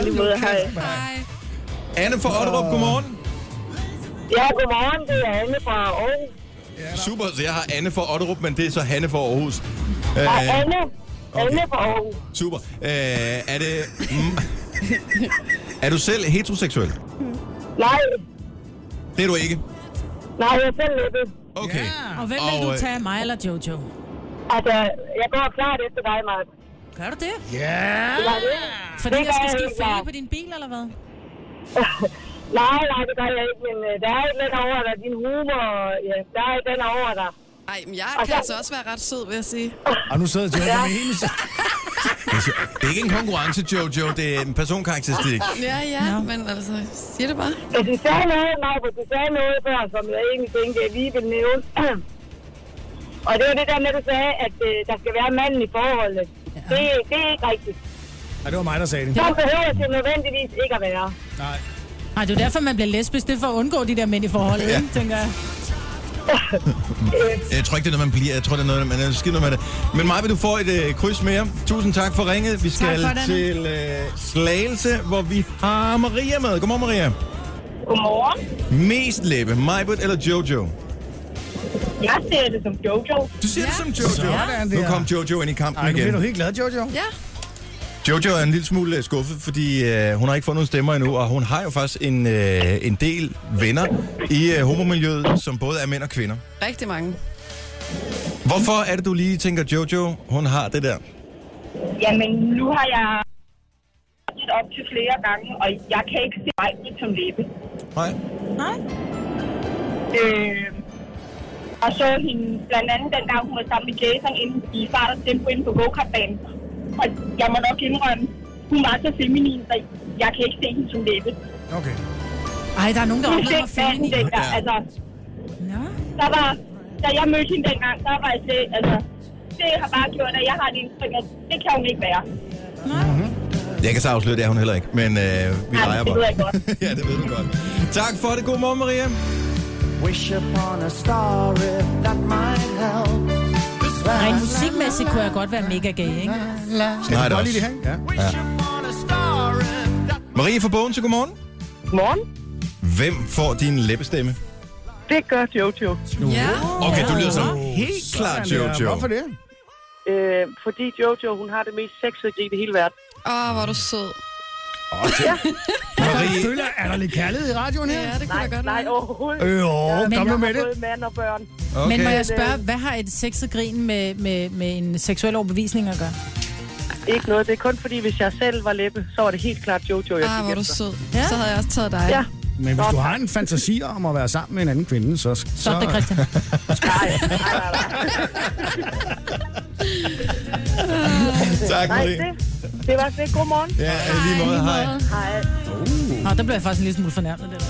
Speaker 8: I lige måde, hej.
Speaker 2: Hej.
Speaker 1: Anne fra Otterup, god morgen.
Speaker 8: Ja, godmorgen. Det er Anne fra Aarhus.
Speaker 1: Super, så jeg har Anne fra Otterup, men det er så Hanne fra Aarhus. Øh,
Speaker 8: Ah, Anne. Anne fra Aarhus.
Speaker 1: super. Øh, er det... Mm, er du selv heteroseksuel?
Speaker 8: Nej,
Speaker 1: Det er du ikke.
Speaker 8: nej, jeg er selv lidt.
Speaker 1: Okay. Yeah.
Speaker 3: Og hvem
Speaker 1: Og,
Speaker 3: vil
Speaker 1: øh,
Speaker 3: du tage, mig eller Jojo?
Speaker 8: Altså, jeg går klart efter dig, Mark.
Speaker 3: Gør du det?
Speaker 8: Var det?
Speaker 3: Fordi
Speaker 8: Det
Speaker 3: jeg
Speaker 8: gør
Speaker 3: skal
Speaker 8: jeg
Speaker 3: skifte
Speaker 8: helt
Speaker 3: fælge
Speaker 8: klart.
Speaker 3: på din bil, eller hvad?
Speaker 8: Nej, nej, det gør jeg ikke, men øh, der er ikke lidt over dig. Din humor, og, ja, der er ikke den over dig.
Speaker 2: Ej, men jeg kan altså også være ret sød, vil jeg sige.
Speaker 4: Og nu sidder Jojo med hele sig.
Speaker 1: Det er ikke en konkurrence, Jojo. Det er en personkarakteristik.
Speaker 2: Ja, ja, no. men altså, siger det bare.
Speaker 8: Men du sagde noget, Maja, du sagde noget før, som jeg egentlig tænkte, jeg lige ville nævne. og det var det der med, at du sagde, at øh, der skal være manden i forholdet. Ja. Det, det er ikke rigtigt.
Speaker 4: Ja, det var mig, der sagde det.
Speaker 8: Så behøver det nødvendigvis ikke at være.
Speaker 4: Nej.
Speaker 3: Nej, det er jo derfor, man bliver lesbisk. Det er for at undgå de der mænd i forholdet,
Speaker 1: Ja.
Speaker 3: ja. tænker jeg.
Speaker 1: Jeg tror ikke, det er noget, man bliver. Jeg tror, det er noget, man er skidt med det. Men Maja, du får et øh, kryds mere. Tusind tak for ringet. Vi skal
Speaker 3: for den.
Speaker 1: til øh, Slagelse, hvor vi har Maria med. Godmorgen, Maria.
Speaker 8: Godmorgen.
Speaker 1: Mest læbe, Majbert eller Jojo?
Speaker 8: Jeg ser det som Jojo.
Speaker 1: Du siger ja. det som Jojo.
Speaker 4: Sådan
Speaker 1: Nu
Speaker 4: der.
Speaker 1: kom Jojo ind i kampen
Speaker 4: Ej, nu bliver
Speaker 1: igen.
Speaker 4: du helt glad, Jojo.
Speaker 2: Ja,
Speaker 1: Jojo er en lille smule øh, skuffet, fordi øh, hun har ikke fået nogen stemmer endnu, og hun har jo faktisk en, øh, en del venner i øh, homomiljøet, som både er mænd og kvinder.
Speaker 2: rigtig mange.
Speaker 1: Hvorfor er det, du lige tænker, Jojo, hun har det der?
Speaker 8: Jamen, nu har jeg set op til flere gange, og jeg kan ikke se mig som læbe.
Speaker 1: Nej.
Speaker 9: Nej.
Speaker 8: Øh, og så hende blandt andet den gang, hun var sammen med Jason inde i fart og tempo inde på go banen Og jeg må nok indrømme, hun var så feminin, så jeg kan ikke se hende som læbe.
Speaker 4: Okay.
Speaker 3: Ej, der er nogen, der
Speaker 8: Hun
Speaker 3: oplever
Speaker 8: fik manden
Speaker 3: feminin.
Speaker 8: dengang, altså. Der var, da jeg mødte hende dengang, der var jeg slet, altså, det har bare gjort, at jeg har et indtryk, at det kan hun ikke være.
Speaker 1: Jeg kan så afsløre, det er hun heller ikke, men øh, vi
Speaker 8: Ej,
Speaker 1: leger
Speaker 8: det
Speaker 1: bare.
Speaker 8: ved jeg godt.
Speaker 1: ja, det ved du godt. Tak for det. God morgen, Maria.
Speaker 7: Wish upon a star if that might help.
Speaker 3: Rent musikmæssigt kunne jeg godt være mega gay, ikke?
Speaker 1: Sådan har jeg det
Speaker 4: Bare lige
Speaker 1: også.
Speaker 4: det her. Ja.
Speaker 1: Marie fra Bogen til godmorgen.
Speaker 10: Morgen.
Speaker 1: Hvem får din læbestemme?
Speaker 10: Det gør Jojo.
Speaker 2: Ja.
Speaker 1: Okay, du lyder som helt klart
Speaker 4: Sådan der.
Speaker 1: Jojo.
Speaker 4: Hvorfor det?
Speaker 10: Øh, fordi Jojo, hun har det mest sexede grib i hele verden.
Speaker 2: Åh, hvor er du sød.
Speaker 4: Jeg
Speaker 1: Marie,
Speaker 4: føler, er der lidt kærlighed i radioen her?
Speaker 2: Ja, det kunne
Speaker 10: Nej,
Speaker 2: da godt
Speaker 10: nej,
Speaker 2: være.
Speaker 10: overhovedet.
Speaker 4: Øh, åh,
Speaker 3: Men
Speaker 4: kom nu
Speaker 3: jeg
Speaker 4: med det.
Speaker 10: Både mand og børn.
Speaker 1: okay.
Speaker 3: Men må jeg spørge, hvad har et sexet grin med, med, med en seksuel overbevisning at gøre?
Speaker 10: Ikke noget. Det er kun fordi, hvis jeg selv var læbe, så var det helt klart Jojo, jeg
Speaker 2: Ah,
Speaker 10: gik
Speaker 2: hvor er du
Speaker 10: efter.
Speaker 2: sød.
Speaker 3: Ja.
Speaker 2: Så havde jeg også taget dig.
Speaker 10: altså. Ja.
Speaker 4: Men hvis du har en fantasi om at være sammen med en anden kvinde, så... Så,
Speaker 3: Stop det, Christian.
Speaker 10: Nej, nej, nej, nej.
Speaker 1: Tak,
Speaker 10: nej
Speaker 1: Marie.
Speaker 10: det, det var slet. God morgen.
Speaker 1: Ja, lige måde. Hej.
Speaker 10: Hej.
Speaker 3: Nå, der blev jeg faktisk en lille smule fornærmet. Det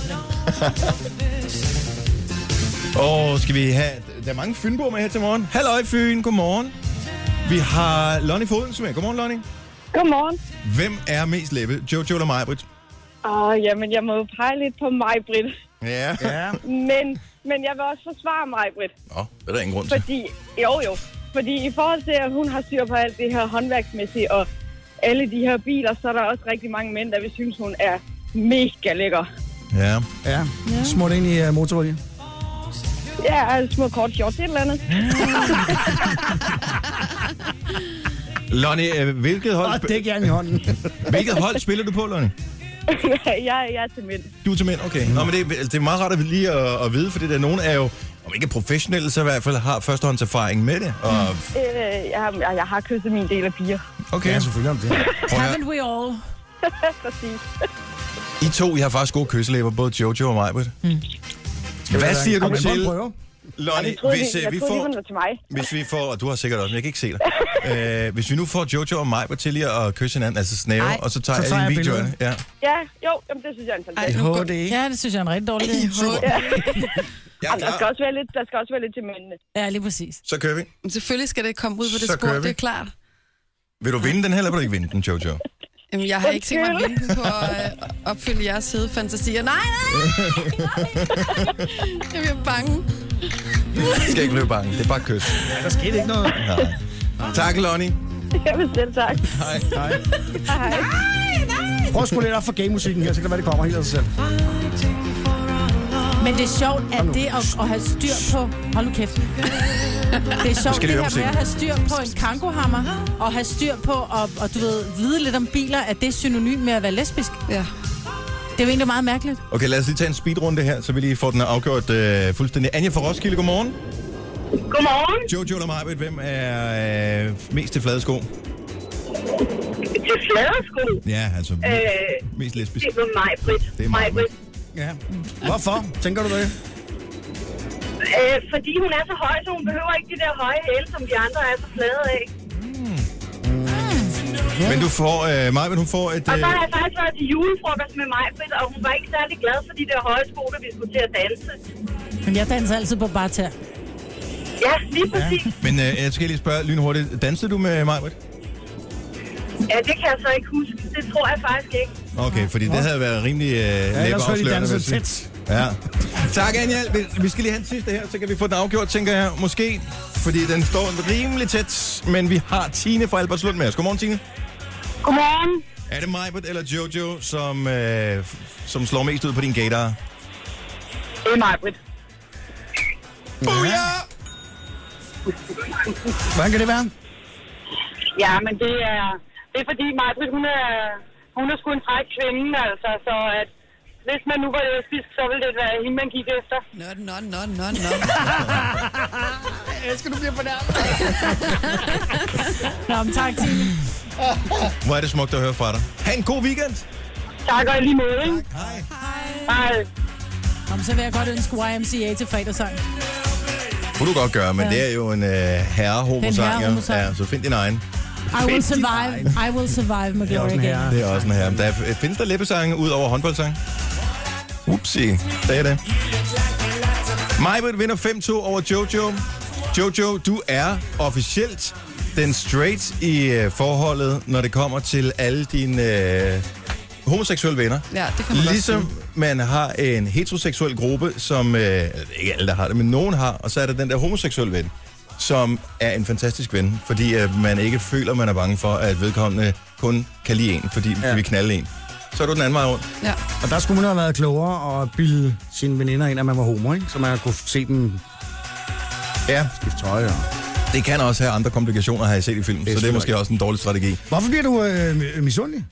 Speaker 3: der.
Speaker 1: Og skal vi have... Der er mange fynboer med her til morgen. Halløj, Fyn. Godmorgen. Vi har Lonnie Foden som er. Godmorgen, Lonnie.
Speaker 8: Godmorgen.
Speaker 1: Hvem er mest læbe? Jojo eller Majbrit?
Speaker 8: Åh, Ah, jamen, jeg må jo pege lidt på mig, Britt.
Speaker 1: Ja.
Speaker 4: Ja.
Speaker 8: Men, men jeg vil også forsvare mig, Britt.
Speaker 1: Nå, det er der ingen grund til.
Speaker 8: Fordi, jo jo, fordi i forhold til, at hun har styr på alt det her håndværksmæssige og alle de her biler, så er der også rigtig mange mænd, der vil synes, hun er mega lækker.
Speaker 1: Ja.
Speaker 4: Ja. Smurt ind i uh, motorolie.
Speaker 8: Ja, altså små kort shorts, et eller andet.
Speaker 1: Lonnie, øh, hvilket hold,
Speaker 4: Og dæk jern i hånden.
Speaker 1: hvilket hold spiller du på, Lonnie?
Speaker 8: jeg, jeg er til mænd.
Speaker 1: Du er til mænd, okay. Nå, men det, er- det er meget rart at lige at, at vide, fordi der nogen er jo, om ikke er professionelle, så i hvert fald har førstehåndserfaring med det. Og,
Speaker 8: Øh, jeg, jeg, jeg har kysset min del af piger.
Speaker 1: okay,
Speaker 4: Ja, selvfølgelig om det.
Speaker 1: prøv at,
Speaker 3: Haven't we all?
Speaker 8: Præcis.
Speaker 1: I to, I har faktisk gode kysselæber, både Jojo og Majbrit. Mm. Hvad siger
Speaker 4: Kom,
Speaker 1: du
Speaker 4: vi må
Speaker 1: til,
Speaker 4: prøve.
Speaker 1: Lonnie,
Speaker 8: Jeg troede,
Speaker 1: hvis
Speaker 8: lige-
Speaker 1: øh,
Speaker 8: jeg
Speaker 1: vi
Speaker 8: troede lige,
Speaker 1: får...
Speaker 8: hun var til mig.
Speaker 1: Hvis vi får, og du har sikkert også, men jeg kan ikke se dig. øh, hvis vi nu får Jojo og mig på til lige at kysse hinanden, altså snæve,
Speaker 3: Ej,
Speaker 1: og så tager
Speaker 4: så tager
Speaker 1: jeg en
Speaker 4: jeg
Speaker 1: video af det.
Speaker 4: billedet.
Speaker 1: Ja.
Speaker 8: Ja, jo, jamen, det synes jeg er en
Speaker 2: Ej,
Speaker 8: fantastisk.
Speaker 2: nu går...
Speaker 4: HD.
Speaker 3: Ja, det synes jeg er en rigtig dårlig idé.
Speaker 1: Jeg er
Speaker 8: Jamen, der, skal
Speaker 1: klar.
Speaker 8: også være lidt, der skal også være lidt til mændene.
Speaker 3: Ja, lige præcis.
Speaker 1: Så kører vi.
Speaker 2: Men Selvfølgelig skal det komme ud på det
Speaker 1: Så kører
Speaker 2: spor,
Speaker 1: vi.
Speaker 2: det er klart.
Speaker 1: Vil du vinde den her, eller vil du ikke vinde den, Jojo?
Speaker 2: Jamen, jeg har ikke tænkt mig at vente på at øh, opfylde jeres hede fantasier. Nej, nej, nej! Jeg bliver bange.
Speaker 1: Du skal ikke blive bange. Det er bare et kys.
Speaker 4: Der skete ikke noget.
Speaker 1: Nej. Tak, Lonnie.
Speaker 8: Jamen, selv tak.
Speaker 1: Hej.
Speaker 4: Prøv at skrue lidt op for gamemusikken her, så kan det være, det kommer helt af sig selv.
Speaker 3: Men det er sjovt, at det at, at have styr på... Hold nu kæft. Det er sjovt,
Speaker 1: skal
Speaker 3: det
Speaker 1: lige høre
Speaker 3: her med
Speaker 1: musikken.
Speaker 3: at have styr på en kangohammer, og have styr på at og du ved, vide lidt om biler, at det er synonym med at være lesbisk.
Speaker 2: Ja.
Speaker 3: Det er jo egentlig meget mærkeligt.
Speaker 1: Okay, lad os lige tage en speedrunde her, så vi lige får den afgjort øh, fuldstændig. Anja fra Roskilde, godmorgen.
Speaker 8: Godmorgen.
Speaker 1: Jojo eller Majbet, hvem er øh, mest til flade sko?
Speaker 8: Til fladersko.
Speaker 1: Ja, altså
Speaker 8: Øh,
Speaker 1: mest lesbisk.
Speaker 8: det var mig, Britt.
Speaker 1: Det er mig, Britt.
Speaker 4: Ja. Hvorfor? Tænker du det?
Speaker 8: Øh, fordi hun er så høj, så hun behøver ikke de der høje hæle, som de andre er så flade af.
Speaker 1: Men du får, øh, Majbet, hun får et...
Speaker 8: Og
Speaker 1: Øh,
Speaker 8: så har jeg faktisk været til julefrokost med mig, Britt, og hun var ikke særlig glad for de der høje sko, da vi skulle til at danse.
Speaker 3: Men jeg danser altid på bare tær.
Speaker 8: Ja, lige præcis. Ja.
Speaker 1: men øh, jeg skal lige spørge lynhurtigt. Dansede du med Majbet?
Speaker 8: ja, det kan jeg så ikke huske. Det tror jeg faktisk ikke.
Speaker 1: Okay, fordi det havde været rimelig øh, ja,
Speaker 4: ellers var de danset
Speaker 1: Ja. Tak, Anja. Vi- Vi skal lige have den sidste her, så kan vi få den afgjort, tænker jeg. Måske, fordi den står rimelig tæt. Men vi har Tine fra Albertslund med os. Godmorgen, Tine.
Speaker 8: Godmorgen.
Speaker 1: Er det Majbert eller Jojo, som, øh, f- som slår mest ud på din gator?
Speaker 8: Det er mig, Britt.
Speaker 1: Booyah!
Speaker 4: Hvordan kan det være?
Speaker 8: Ja, men det er, det er fordi mig, Britt, hun er, hun er sgu en fræk kvinde, altså, så at hvis man nu var lesbisk, så ville det være hende, man gik efter.
Speaker 2: Nå, nå, nå, nå, nå.
Speaker 3: Nå, men tak, Tine.
Speaker 1: Hvor er det smukt at høre fra dig. Ha' en god weekend.
Speaker 8: Tak og i lige måde, ikke?
Speaker 1: Hej.
Speaker 8: Hej.
Speaker 3: Om så vil jeg godt ønske YMCA til fredagssang.
Speaker 1: Kunne du godt gøre, men ja. det er jo en øh, herrehomosang.
Speaker 3: Det er en herrehomosang.
Speaker 1: ja, så find din egen.
Speaker 3: I will survive. I will survive med Gloria
Speaker 4: sådan her.
Speaker 3: Gaynor.
Speaker 1: Det er også en herre. Der er, findes der læbesange ud over håndboldsange? Upsi, sagde jeg det. Majbrit vinder 5-2 over Jojo. Jojo, du er officielt den straight i øh, forholdet, når det kommer til alle dine øh, homoseksuelle venner.
Speaker 2: Ja, det kan man
Speaker 1: Ligesom
Speaker 2: godt sige.
Speaker 1: man har en heteroseksuel gruppe, som, øh, ikke alle der har det, men nogen har, og så er der den der homoseksuelle ven, som er en fantastisk ven, fordi øh, man ikke føler, man er bange for, at vedkommende kun kan lide en, fordi ja. vi knalde en. Så er du den anden vej rundt.
Speaker 2: Ja.
Speaker 4: Og der skulle man have været klogere og bilde sine veninder ind, at man var homo, ikke? Så man kunne se dem
Speaker 1: Ja,
Speaker 4: skifte tøj. Og...
Speaker 1: det kan også have andre komplikationer, har jeg set i filmen, så det er
Speaker 4: selvfølgelig.
Speaker 1: måske også en dårlig strategi.
Speaker 4: Hvorfor bliver du øh, misundelig?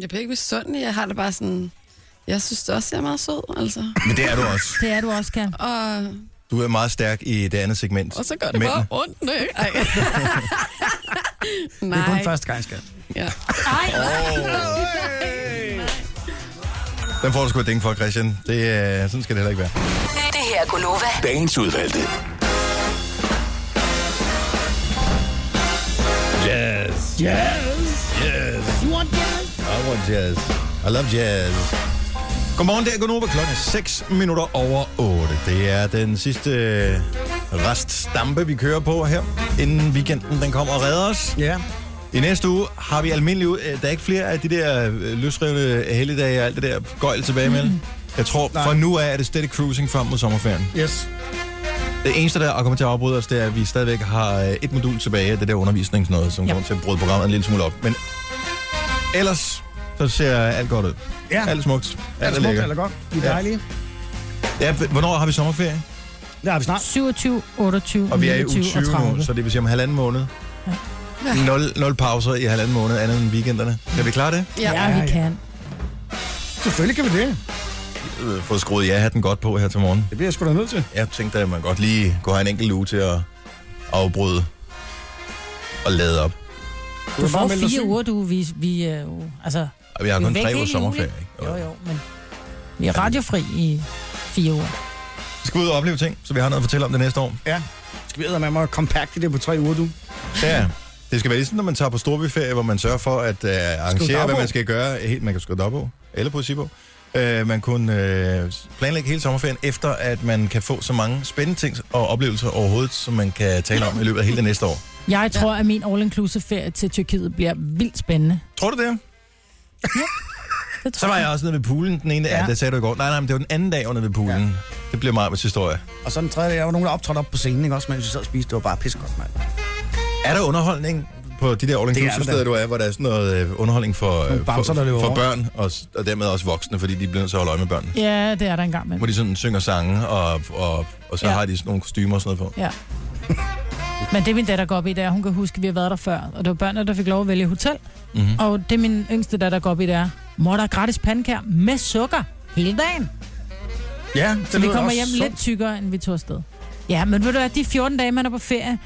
Speaker 2: Jeg bliver ikke misundelig. Jeg har det bare sådan... Jeg synes det også, jeg er meget sød, altså.
Speaker 1: Men det er du også.
Speaker 3: Det er du også, kan.
Speaker 2: Og,
Speaker 1: Du er meget stærk i det andet segment.
Speaker 2: og så gør det
Speaker 1: Mænd.
Speaker 2: bare ondt, ikke? Ej. Nej.
Speaker 4: Det er kun første gang, skat.
Speaker 2: Ja.
Speaker 1: Den får du sgu et ding for, Christian. Det, øh, sådan skal det heller ikke være.
Speaker 5: Det her er Gunova.
Speaker 6: Dagens udvalgte.
Speaker 1: Jazz. Jazz. Yes. You want jazz? I want jazz. I love jazz. Godmorgen, det er Gunova. Klokken er 6 minutter over 8. Det er den sidste øh, reststampe, vi kører på her, inden weekenden den kommer og redder os.
Speaker 4: Ja.
Speaker 1: I næste uge har vi almindelig ud. øh, Der er ikke flere af de der øh, løsrevne helligdage og alt det der gøjl tilbage med. Mm. Jeg tror, Nej.
Speaker 4: Nej.
Speaker 1: for nu af er det steady cruising frem mod sommerferien.
Speaker 4: Yes.
Speaker 1: Det eneste, der kommer til at afbryde os, det er, at vi stadigvæk har øh, et modul tilbage af det der undervisningsnøde, som
Speaker 3: Ja.
Speaker 1: kommer til at bryde programmet en lille smule op. Men ellers, så ser alt godt ud.
Speaker 4: Ja.
Speaker 1: Alt er smukt. Alt,
Speaker 4: Alt
Speaker 1: er
Speaker 4: smukt,
Speaker 1: lækkert.
Speaker 4: alt er godt. Vi er
Speaker 1: Ja.
Speaker 4: dejlige.
Speaker 1: Ja, h- hvornår har vi sommerferie?
Speaker 4: Det har vi snart.
Speaker 3: 27, 28,
Speaker 1: Og vi er i uge
Speaker 3: 29 og
Speaker 1: 20 nu,
Speaker 3: 30.
Speaker 1: så det vil sige om halvanden måned. Nul, nul pauser i halvanden måned, andet end weekenderne. Kan vi klare det?
Speaker 3: Ja, vi kan.
Speaker 4: Selvfølgelig kan vi det.
Speaker 1: Øh, Få skruet ja-hatten godt på her til morgen.
Speaker 4: Det bliver jeg sgu da nødt til.
Speaker 1: Jeg tænkte, at man godt lige kunne have en enkelt uge til at afbryde og lade op.
Speaker 3: Du
Speaker 4: bare
Speaker 3: får
Speaker 4: melde dig
Speaker 3: fire
Speaker 4: syg.
Speaker 3: uger, du. Vi, vi, øh, jo, altså,
Speaker 1: Og vi har
Speaker 3: vi er
Speaker 1: kun
Speaker 3: væk
Speaker 1: tre
Speaker 3: hele
Speaker 1: ugers
Speaker 3: juli.
Speaker 1: sommerferie, ikke?
Speaker 3: Jo, jo, men vi er radiofri i fire uger.
Speaker 1: Vi skal ud og opleve ting, så vi har noget at fortælle om det næste år.
Speaker 4: Ja. Skal vi med mig kompakt i det på tre uger, du?
Speaker 1: Ja. Det skal være ligesom, når man tager på storbyferie, hvor man sørger for at uh, arrangere, hvad
Speaker 4: dagbog.
Speaker 1: man skal gøre. Helt, man kan skrive dagbog, eller på Sibo. Uh, man kunne uh, planlægge hele sommerferien, efter at man kan få så mange spændende ting og oplevelser overhovedet, som man kan tale om i løbet af hele det næste år.
Speaker 3: Jeg tror, at min all-inclusive-ferie til Tyrkiet bliver vildt spændende.
Speaker 1: Tror du det?
Speaker 3: Det tror
Speaker 1: Så var jeg også nede ved poolen den ene dag. Ja.
Speaker 4: Ja.
Speaker 1: det sagde du i går. Nej, nej, men det var den anden dag under ved poolen. Ja. Det bliver meget med historie.
Speaker 4: Og så den tredje, der var nogen, der optrådte op på scenen, ikke? Også mens vi sad og spiste. Det var bare pissegodt, mand.
Speaker 1: Er der underholdning på de der all
Speaker 4: Det er
Speaker 1: inclusive
Speaker 4: der
Speaker 1: steder,
Speaker 4: da.
Speaker 1: du er, hvor der er sådan noget øh, underholdning for, øh,
Speaker 4: Nogle bamser, der
Speaker 1: for,
Speaker 4: løber
Speaker 1: for
Speaker 4: rundt.
Speaker 1: børn, og, s- og dermed også voksne, fordi de bliver nødt til at holde øje med børnene?
Speaker 3: Ja, det er der engang med.
Speaker 1: Hvor de sådan synger sange, og, og, og så ja.
Speaker 3: Ja.
Speaker 1: har de sådan nogle kostymer og sådan noget på.
Speaker 3: Ja. Men det min datter går op i, det er, hun kan huske, at vi har været der før. Og det var børnene, der fik lov at vælge hotel. Mm-hmm. Og det min yngste datter går op i, det er, mor, der er gratis pandekær med sukker hele dagen.
Speaker 4: Ja,
Speaker 3: Så vi kommer hjem lidt tykkere, end vi tog afsted. Ja, men ved du hvad, de 14 dage, man er på ferie,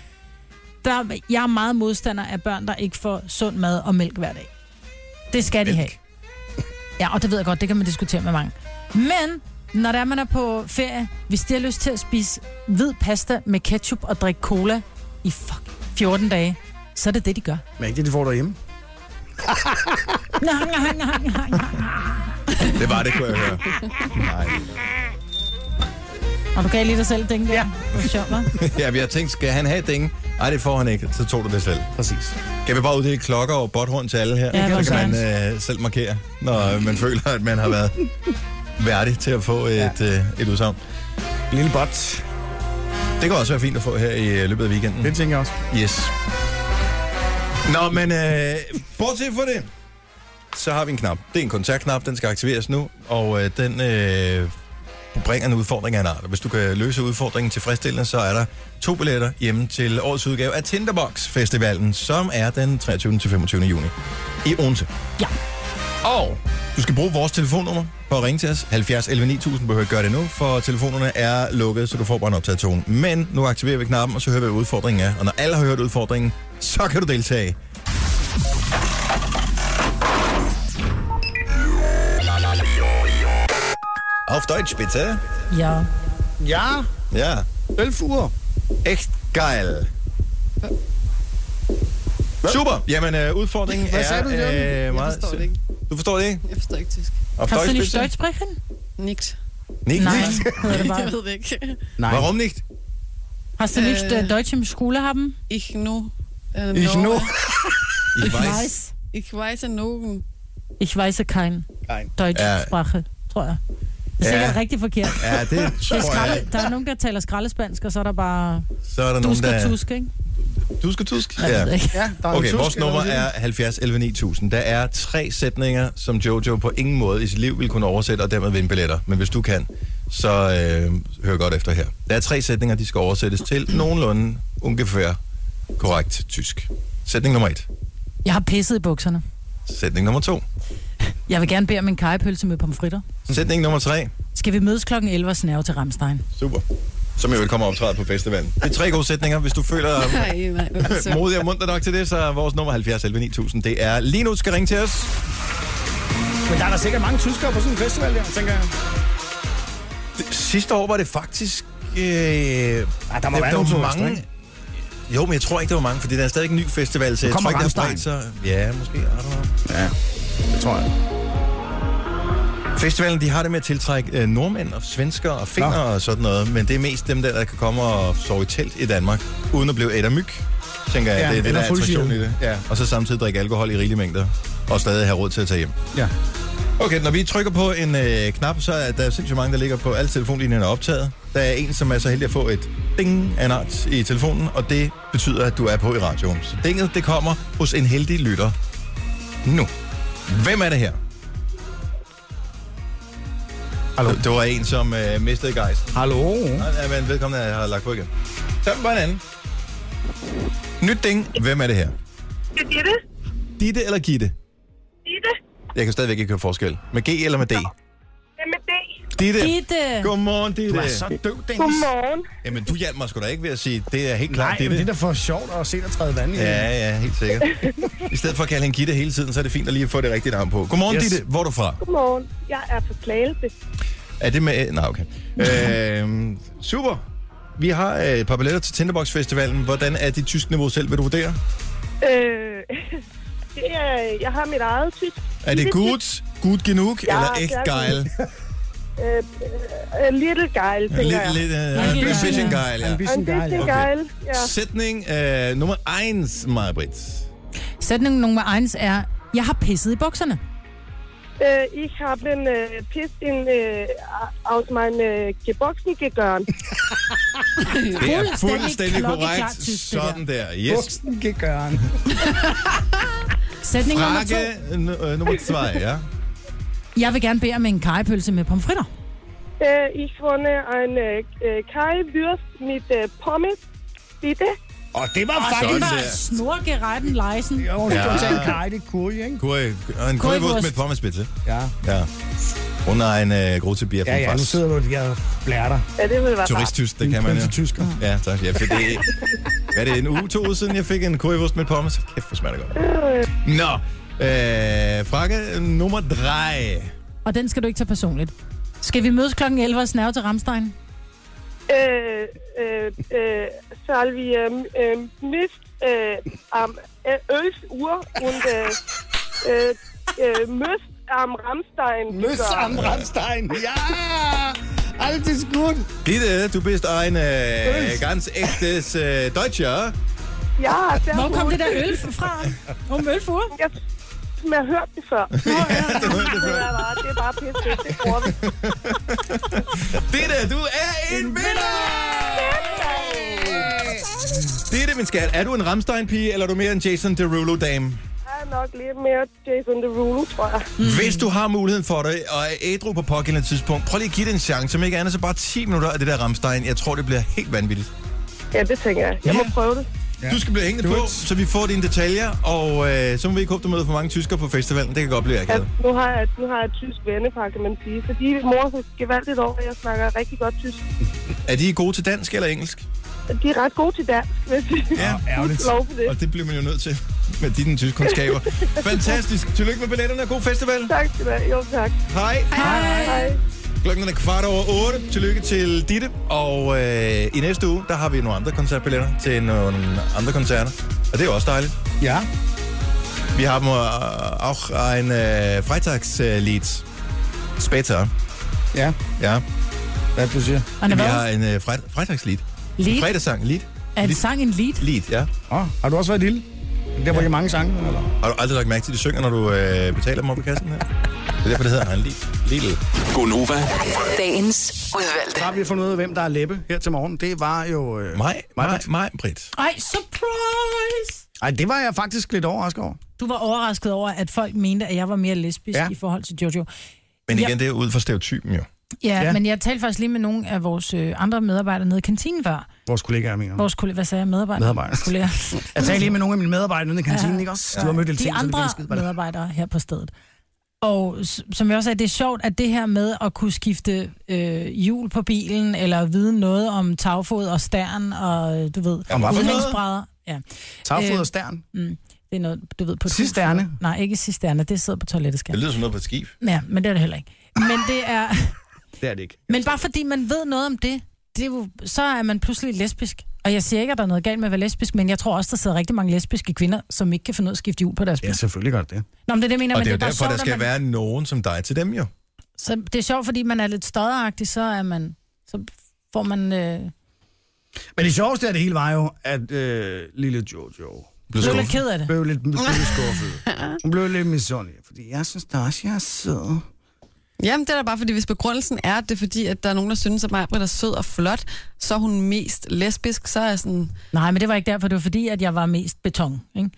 Speaker 3: der, jeg er meget modstander af børn, der ikke får sund mad og mælk hver dag. Det skal mælk. de have.
Speaker 1: Mælk.
Speaker 3: Ja, og det ved jeg godt, det kan man diskutere med mange. Men når der man er på ferie, hvis de har lyst til at spise hvid pasta med ketchup og drikke cola i fuck 14 dage, så er det det, de gør.
Speaker 4: Men ikke det, de får derhjemme.
Speaker 3: Nej, nej, nej, nej, nej.
Speaker 1: Det var det, kunne jeg høre. Nej.
Speaker 3: Og du gav lige dig selv den der. Ja. Det var sjovt, hva'?
Speaker 1: Ja, vi har tænkt, skal han have et ding? Nej, det får han ikke. Så tog du det selv.
Speaker 4: Præcis.
Speaker 1: Kan vi bare uddele klokker og botthorn til alle her?
Speaker 3: Ja,
Speaker 1: så kan
Speaker 3: præcis.
Speaker 1: man øh, selv markere, når øh, man føler, at man har været værdig til at få et, øh, et udsagn.
Speaker 4: En lille bot.
Speaker 1: Det kan også være fint at få her i øh, løbet af weekenden.
Speaker 4: Det tænker jeg også.
Speaker 1: Yes. Nå, men øh, bortset fra det, så har vi en knap. Det er en kontaktknap, den skal aktiveres nu, og øh, den øh, bringer en udfordring af en art. Og Hvis du kan løse udfordringen tilfredsstillende, så er der to billetter hjemme til årets udgave af Tinderbox Festivalen, som er den 23. til 25. juni i Odense.
Speaker 3: Ja.
Speaker 1: Og du skal bruge vores telefonnummer for at ringe til os. 70 11 9000 behøver ikke gøre det nu, for telefonerne er lukket, så du får bare en optaget tone. Men nu aktiverer vi knappen, og så hører vi, hvad udfordringen er. Og når alle har hørt udfordringen, så kan du deltage. Auf Deutsch bitte.
Speaker 3: Ja.
Speaker 4: Ja,
Speaker 1: Ja,
Speaker 4: 11 Uhr.
Speaker 1: echt geil. Super. Jamen, øh, udfordringen
Speaker 4: Hvad
Speaker 1: er...
Speaker 4: sagde du, Jørgen?
Speaker 1: øh, meget
Speaker 2: forstår det
Speaker 1: sim-
Speaker 2: ikke.
Speaker 1: Du forstår det ikke?
Speaker 2: Jeg forstår ikke tysk.
Speaker 1: Auf
Speaker 3: Kannst du
Speaker 1: Deutsch
Speaker 3: nicht
Speaker 1: bitte?
Speaker 3: Deutsch sprechen?
Speaker 2: Nichts.
Speaker 1: Nicht?
Speaker 3: Nein,
Speaker 1: Nicht?
Speaker 3: hör
Speaker 2: Jeg
Speaker 3: mal.
Speaker 2: ved det ikke.
Speaker 4: Nej.
Speaker 1: Warum nicht?
Speaker 3: Hast du nicht
Speaker 2: Äh.
Speaker 3: äh, Deutsch im Schule haben?
Speaker 2: Ich nu. Äh,
Speaker 4: Ich
Speaker 2: no.
Speaker 4: nur.
Speaker 1: Ich
Speaker 2: Ich weiß äh, ja nogen.
Speaker 3: Ich weiß kein
Speaker 4: Kein.
Speaker 3: Deutsch
Speaker 1: Ja.
Speaker 3: Sprache, tror jeg. Det er
Speaker 1: Ja.
Speaker 3: sikkert rigtig forkert.
Speaker 1: Ja, det
Speaker 3: Det er
Speaker 1: tror jeg.
Speaker 3: skralde, der er nogen, der taler skraldespansk, og så er der bare
Speaker 1: Så er der nogen,
Speaker 3: dusk og
Speaker 1: der...
Speaker 3: tusk, ikke?
Speaker 1: Tusk og tusk?
Speaker 3: Jeg ved
Speaker 1: Ja.
Speaker 3: det ikke.
Speaker 4: Ja, der er
Speaker 1: Okay,
Speaker 4: en tysk,
Speaker 1: vores
Speaker 4: eller
Speaker 1: nummer
Speaker 4: hvad siger
Speaker 1: er 70 11 9000. Der er tre sætninger, som Jojo på ingen måde i sit liv vil kunne oversætte og dermed vinde billetter. Men hvis du kan, så øh, hør godt efter her. Der er tre sætninger, de skal oversættes til nogenlunde ungefær korrekt tysk. Sætning nummer et.
Speaker 3: Jeg har pisset i bukserne.
Speaker 1: Sætning nummer to.
Speaker 3: Jeg vil gerne bede om en kajepølse med pomfritter.
Speaker 1: Sætning nummer tre.
Speaker 3: Skal vi mødes klokken 11 og snæve til Ramstein?
Speaker 1: Super. Som jo kommer optræde på festivalen. Det er tre gode sætninger. Hvis du føler dig
Speaker 2: Nej, nej. okay, så-
Speaker 1: modig og munter nok til det, så er vores nummer 70 11 9000. Det er lige nu, du skal ringe til os.
Speaker 4: du? Men der er der sikkert mange tyskere på sådan en festival der, tænker jeg.
Speaker 1: Sidste år var det faktisk... Øh, Ej, der
Speaker 4: være nogen på Østre, ikke?
Speaker 1: Jo, men jeg tror ikke, der var mange, for det er stadig en ny festival, så jeg tror
Speaker 4: kommer
Speaker 1: ikke, der er bredt
Speaker 4: Rammstein.
Speaker 1: sig. Ja, måske. I don't know.
Speaker 4: Ja, det tror jeg.
Speaker 1: Festivalen, de har det med at tiltrække øh, nordmænd og svensker og finner
Speaker 4: Nå.
Speaker 1: og sådan noget, men det er mest dem der, der kan komme og sove i telt i Danmark, uden at blive et af myg, tænker jeg.
Speaker 4: Ja,
Speaker 1: det er det, der
Speaker 4: eller
Speaker 1: er attraktionen i det.
Speaker 4: fuldshield.
Speaker 1: Ja. Og så samtidig drikke alkohol i rigelige mængder, og stadig have råd til at tage hjem.
Speaker 4: Ja.
Speaker 1: Okay, når vi trykker på en øh, knap, så er der sindssygt mange, der ligger på alle telefonlinjerne er optaget. Der er en, som er så heldig at få et ding af en art i telefonen, og det betyder, at du er på i radioen. Så dinget, det kommer hos en heldig lytter. Nu. Hvem er det her? Hallo. Det var en, som øh, mistede gejsten.
Speaker 4: Hallo?
Speaker 1: Nej, nej, men vedkommende har lagt på igen. Tag den bare en anden. Nyt ding. Hvem er det her?
Speaker 8: Det er det.
Speaker 1: Ditte eller Gitte?
Speaker 8: Det er det.
Speaker 1: Jeg kan stadigvæk ikke høre forskel. Med G eller med D?
Speaker 8: Det er med D.
Speaker 1: Ditte.
Speaker 3: Gitte!
Speaker 1: Godmorgen, Ditte.
Speaker 4: Du er så død, Dennis.
Speaker 8: Godmorgen.
Speaker 1: Jamen, du hjalp mig sgu da ikke ved at sige, det er helt klart
Speaker 4: Nej,
Speaker 1: Ditte.
Speaker 4: men det er da for sjovt at se dig træde vand i.
Speaker 1: Ja, ja, helt sikkert. I stedet for at kalde hende Gitte hele tiden, så er det fint at lige få det rigtige navn på. Godmorgen, yes.
Speaker 4: Yes.
Speaker 1: Ditte. Hvor er du fra?
Speaker 8: Godmorgen. Jeg er på Slagelse.
Speaker 1: Er det med... Nej, okay. øhm, super. Vi har øh, et par billetter til Tinderbox Festivalen. Hvordan er dit tysk niveau selv, vil du vurdere?
Speaker 8: Øh, det er, jeg har mit eget tysk.
Speaker 1: Er det gut, gut genug, ja, eller
Speaker 8: det
Speaker 1: echt
Speaker 8: er
Speaker 1: geil?
Speaker 8: Øh, øh, little geil, tænker jeg.
Speaker 1: Lidt, lidt,
Speaker 3: Ja,
Speaker 1: øh, ein
Speaker 3: ja,
Speaker 1: bisschen
Speaker 3: ja.
Speaker 1: geil, ja.
Speaker 4: Ein bisschen
Speaker 8: En
Speaker 4: geil.
Speaker 8: bisschen geil. Ja.
Speaker 1: Sætning øh, nummer 1, Majbrit.
Speaker 3: Sætning nummer 1 er, jeg har pisset i bukserne.
Speaker 8: Øh, ich habe en øh, pis in, øh, aus mein øh, geboksen gegøren.
Speaker 1: Det er
Speaker 3: Fuldstændig
Speaker 1: fuldstændig
Speaker 3: klokkeklart
Speaker 1: korrekt.
Speaker 3: tysk, det der.
Speaker 1: Sådan der. Yes.
Speaker 4: Buksen kan gøre en.
Speaker 3: Sætning nummer 2,
Speaker 1: Frage nu- øh, nummer 2, ja.
Speaker 3: jeg vil gerne bede om en kajepølse med pomfritter.
Speaker 8: Øh, ich wohne en øh, øh, kajewürst mit øh, pommes. Bitte.
Speaker 4: Og det var
Speaker 1: Sådan
Speaker 4: fucking...
Speaker 1: der.
Speaker 3: Snorke retten lejsen.
Speaker 4: Jo, det
Speaker 1: Ja.
Speaker 4: var sådan en kaj, det er kurje, ikke?
Speaker 1: Kurve, øh, en kurvevurst
Speaker 3: Currywurst.
Speaker 1: med pommes bitte.
Speaker 4: Ja.
Speaker 1: Ja. Hun har en øh, grote bier
Speaker 4: Ja,
Speaker 1: fra
Speaker 4: ja, nu
Speaker 1: Fars.
Speaker 4: sidder du lige og blærer dig.
Speaker 8: Ja, det ville være rart.
Speaker 1: Turisttysk, det kan man jo.
Speaker 4: Pølse tysker.
Speaker 1: Ja, tak. Jeg fik det, hvad er det, en uge, to uger siden, jeg fik en kurvevurst med pommes? Kæft, hvor smager det godt. Nå, øh, frakke nummer 3.
Speaker 3: Og den skal du ikke tage personligt. Skal vi mødes klokken 11 og snæve til Ramstein?
Speaker 8: Øh, øh, øh, soll wir øh, Mist øh, am øh, 11 Uhr und øh, øh, øh, Mist am Rammstein
Speaker 4: Møs
Speaker 8: gegøren?
Speaker 4: am Randstein. Ja! Alt ist gut.
Speaker 1: Gitte, du bist ein äh, ganz echtes äh, Deutscher.
Speaker 8: Ja, der
Speaker 3: Hvor kom det der øl fra? Om ølfure?
Speaker 8: Jeg, som jeg har hørt det før.
Speaker 1: Ja, det hørte jeg
Speaker 8: Det
Speaker 1: før.
Speaker 8: er bare, det er bare pisse fedt. Det bruger vi.
Speaker 1: Ditte, du er en vinder! Ditte, min skat, er du en Ramstein-pige, eller er du mere en Jason Derulo-dame?
Speaker 8: Der er nok lidt mere Jason Derulo, tror jeg.
Speaker 1: Hvis du har muligheden for det, og er ædru på pågældende tidspunkt, prøv lige at give det en chance. Om ikke andet, så bare 10 minutter af det der Ramstein. Jeg tror, det bliver helt vanvittigt.
Speaker 8: Ja, det tænker jeg. Jeg må
Speaker 1: Ja.
Speaker 8: prøve det.
Speaker 1: Ja. Du skal blive hængende på, så vi får dine detaljer, og øh, så må vi ikke håbe, du møder for mange tyskere på festivalen. Det kan godt blive
Speaker 8: Ja,
Speaker 1: akavet.
Speaker 8: nu, har jeg, nu har jeg et tysk vennepar, kan man sige. Så de mor sig gevaldigt over, at jeg snakker rigtig godt tysk.
Speaker 1: Er de gode til dansk eller engelsk?
Speaker 8: De er ret gode til dansk, vil jeg sige.
Speaker 1: Ja,
Speaker 4: ærgerligt.
Speaker 8: Lov for det.
Speaker 1: Og det bliver man jo nødt til med dine tyske kundskaber. Fantastisk. Tillykke med billetterne og god festival.
Speaker 8: Tak skal du have. Jo, tak.
Speaker 1: Hej.
Speaker 8: Hej.
Speaker 1: Klokken er kvart over 8. Tillykke til Ditte. Og øh, i næste uge, der har vi nogle andre koncertbilletter til nogle andre koncerter. Og det er jo også dejligt.
Speaker 4: Ja.
Speaker 1: Vi har äh, auch ein äh, Freitagslied später.
Speaker 4: Ja,
Speaker 1: Ja,
Speaker 4: hvad er det, du siger?
Speaker 3: Anna,
Speaker 1: vi
Speaker 3: hvad?
Speaker 1: har en äh, Fre Freitagslied.
Speaker 3: Lied?
Speaker 1: Fredagssang, lied.
Speaker 3: Er en sang en lead?
Speaker 1: Lied, ja.
Speaker 4: Åh, oh, har du også været lille? Der, hvor ja. mange sange, eller?
Speaker 1: Har du aldrig lagt mærke til, at de synger, når du øh, betaler dem op i kassen her? Det er derfor, det hedder en lied. Lidl.
Speaker 6: Gonova.
Speaker 5: Dagens udvalgte.
Speaker 4: Så har vi fundet ud af, hvem der er læppe her til morgen. Det var jo... Øh...
Speaker 1: Maj, maj, maj, Britt.
Speaker 3: Ej, surprise!
Speaker 4: Ej, det var jeg faktisk lidt overrasket over.
Speaker 3: Du var overrasket over, at folk mente, at jeg var mere lesbisk
Speaker 4: Ja.
Speaker 3: ja. i forhold til Jojo.
Speaker 1: Men igen,
Speaker 3: Ja.
Speaker 1: det er ud fra stereotypen jo.
Speaker 3: Ja,
Speaker 4: Ja.
Speaker 3: ja, men jeg talte faktisk lige med nogle af vores øh, andre medarbejdere nede i kantinen før.
Speaker 4: Vores kollegaer, mener jeg.
Speaker 3: Vores kollegaer, hvad sagde jeg? Medarbejdere?
Speaker 4: Medarbejdere.
Speaker 3: Kollegaer.
Speaker 4: Jeg talte lige med nogle af mine medarbejdere nede i kantinen, ikke også? Du har mødt
Speaker 3: De andre medarbejdere her på stedet. Og s- som jeg også sagde, det er sjovt, at det her med at kunne skifte øh, hjul på bilen, eller vide noget om tagfod og stern, og øh, du ved,
Speaker 1: for noget?
Speaker 3: udhængsbrædder. Ja,
Speaker 4: Tagfod
Speaker 3: Øh,
Speaker 4: og stern.
Speaker 3: det er noget, du ved på... et hus.
Speaker 4: Cisterne.
Speaker 3: Nej, ikke cisterne, det sidder på toilettet, skal.
Speaker 1: Det lyder som noget på et skib.
Speaker 3: Ja, men det er det heller ikke. Men det er...
Speaker 4: Det er det ikke.
Speaker 3: Men bare fordi man ved noget om det, det er jo, så er man pludselig lesbisk. Og jeg siger ikke, at der er noget galt med at være lesbisk, men jeg tror også, der sidder rigtig mange lesbiske kvinder, som ikke kan finde ud af at skifte jul på deres bil.
Speaker 4: Ja, selvfølgelig godt det.
Speaker 3: Nå, men det er det, jeg mener,
Speaker 1: Og
Speaker 3: men
Speaker 1: det er jo
Speaker 3: bare
Speaker 1: derfor, der
Speaker 3: sjovt, at
Speaker 1: skal
Speaker 3: man...
Speaker 1: være nogen som dig til dem jo.
Speaker 3: Så det er sjovt, fordi man er lidt stodderagtig, så er man... Så får man... Øh,
Speaker 4: Men det sjoveste af det hele var jo, at øh, lille Jojo
Speaker 1: Blev
Speaker 3: blev lidt
Speaker 1: skuffet.
Speaker 3: ked af det.
Speaker 4: blev lidt, blev lidt skuffet. Hun blev lidt misundelig, fordi jeg synes da også, jeg er sød.
Speaker 2: Jamen, det er da bare, fordi hvis begrundelsen er, at det er fordi, at der er nogen, der synes, at Majbrit er sød og flot, så er hun mest lesbisk, så er jeg sådan...
Speaker 3: Nej, men det var ikke derfor. Det var fordi, at jeg var mest beton. Ikke?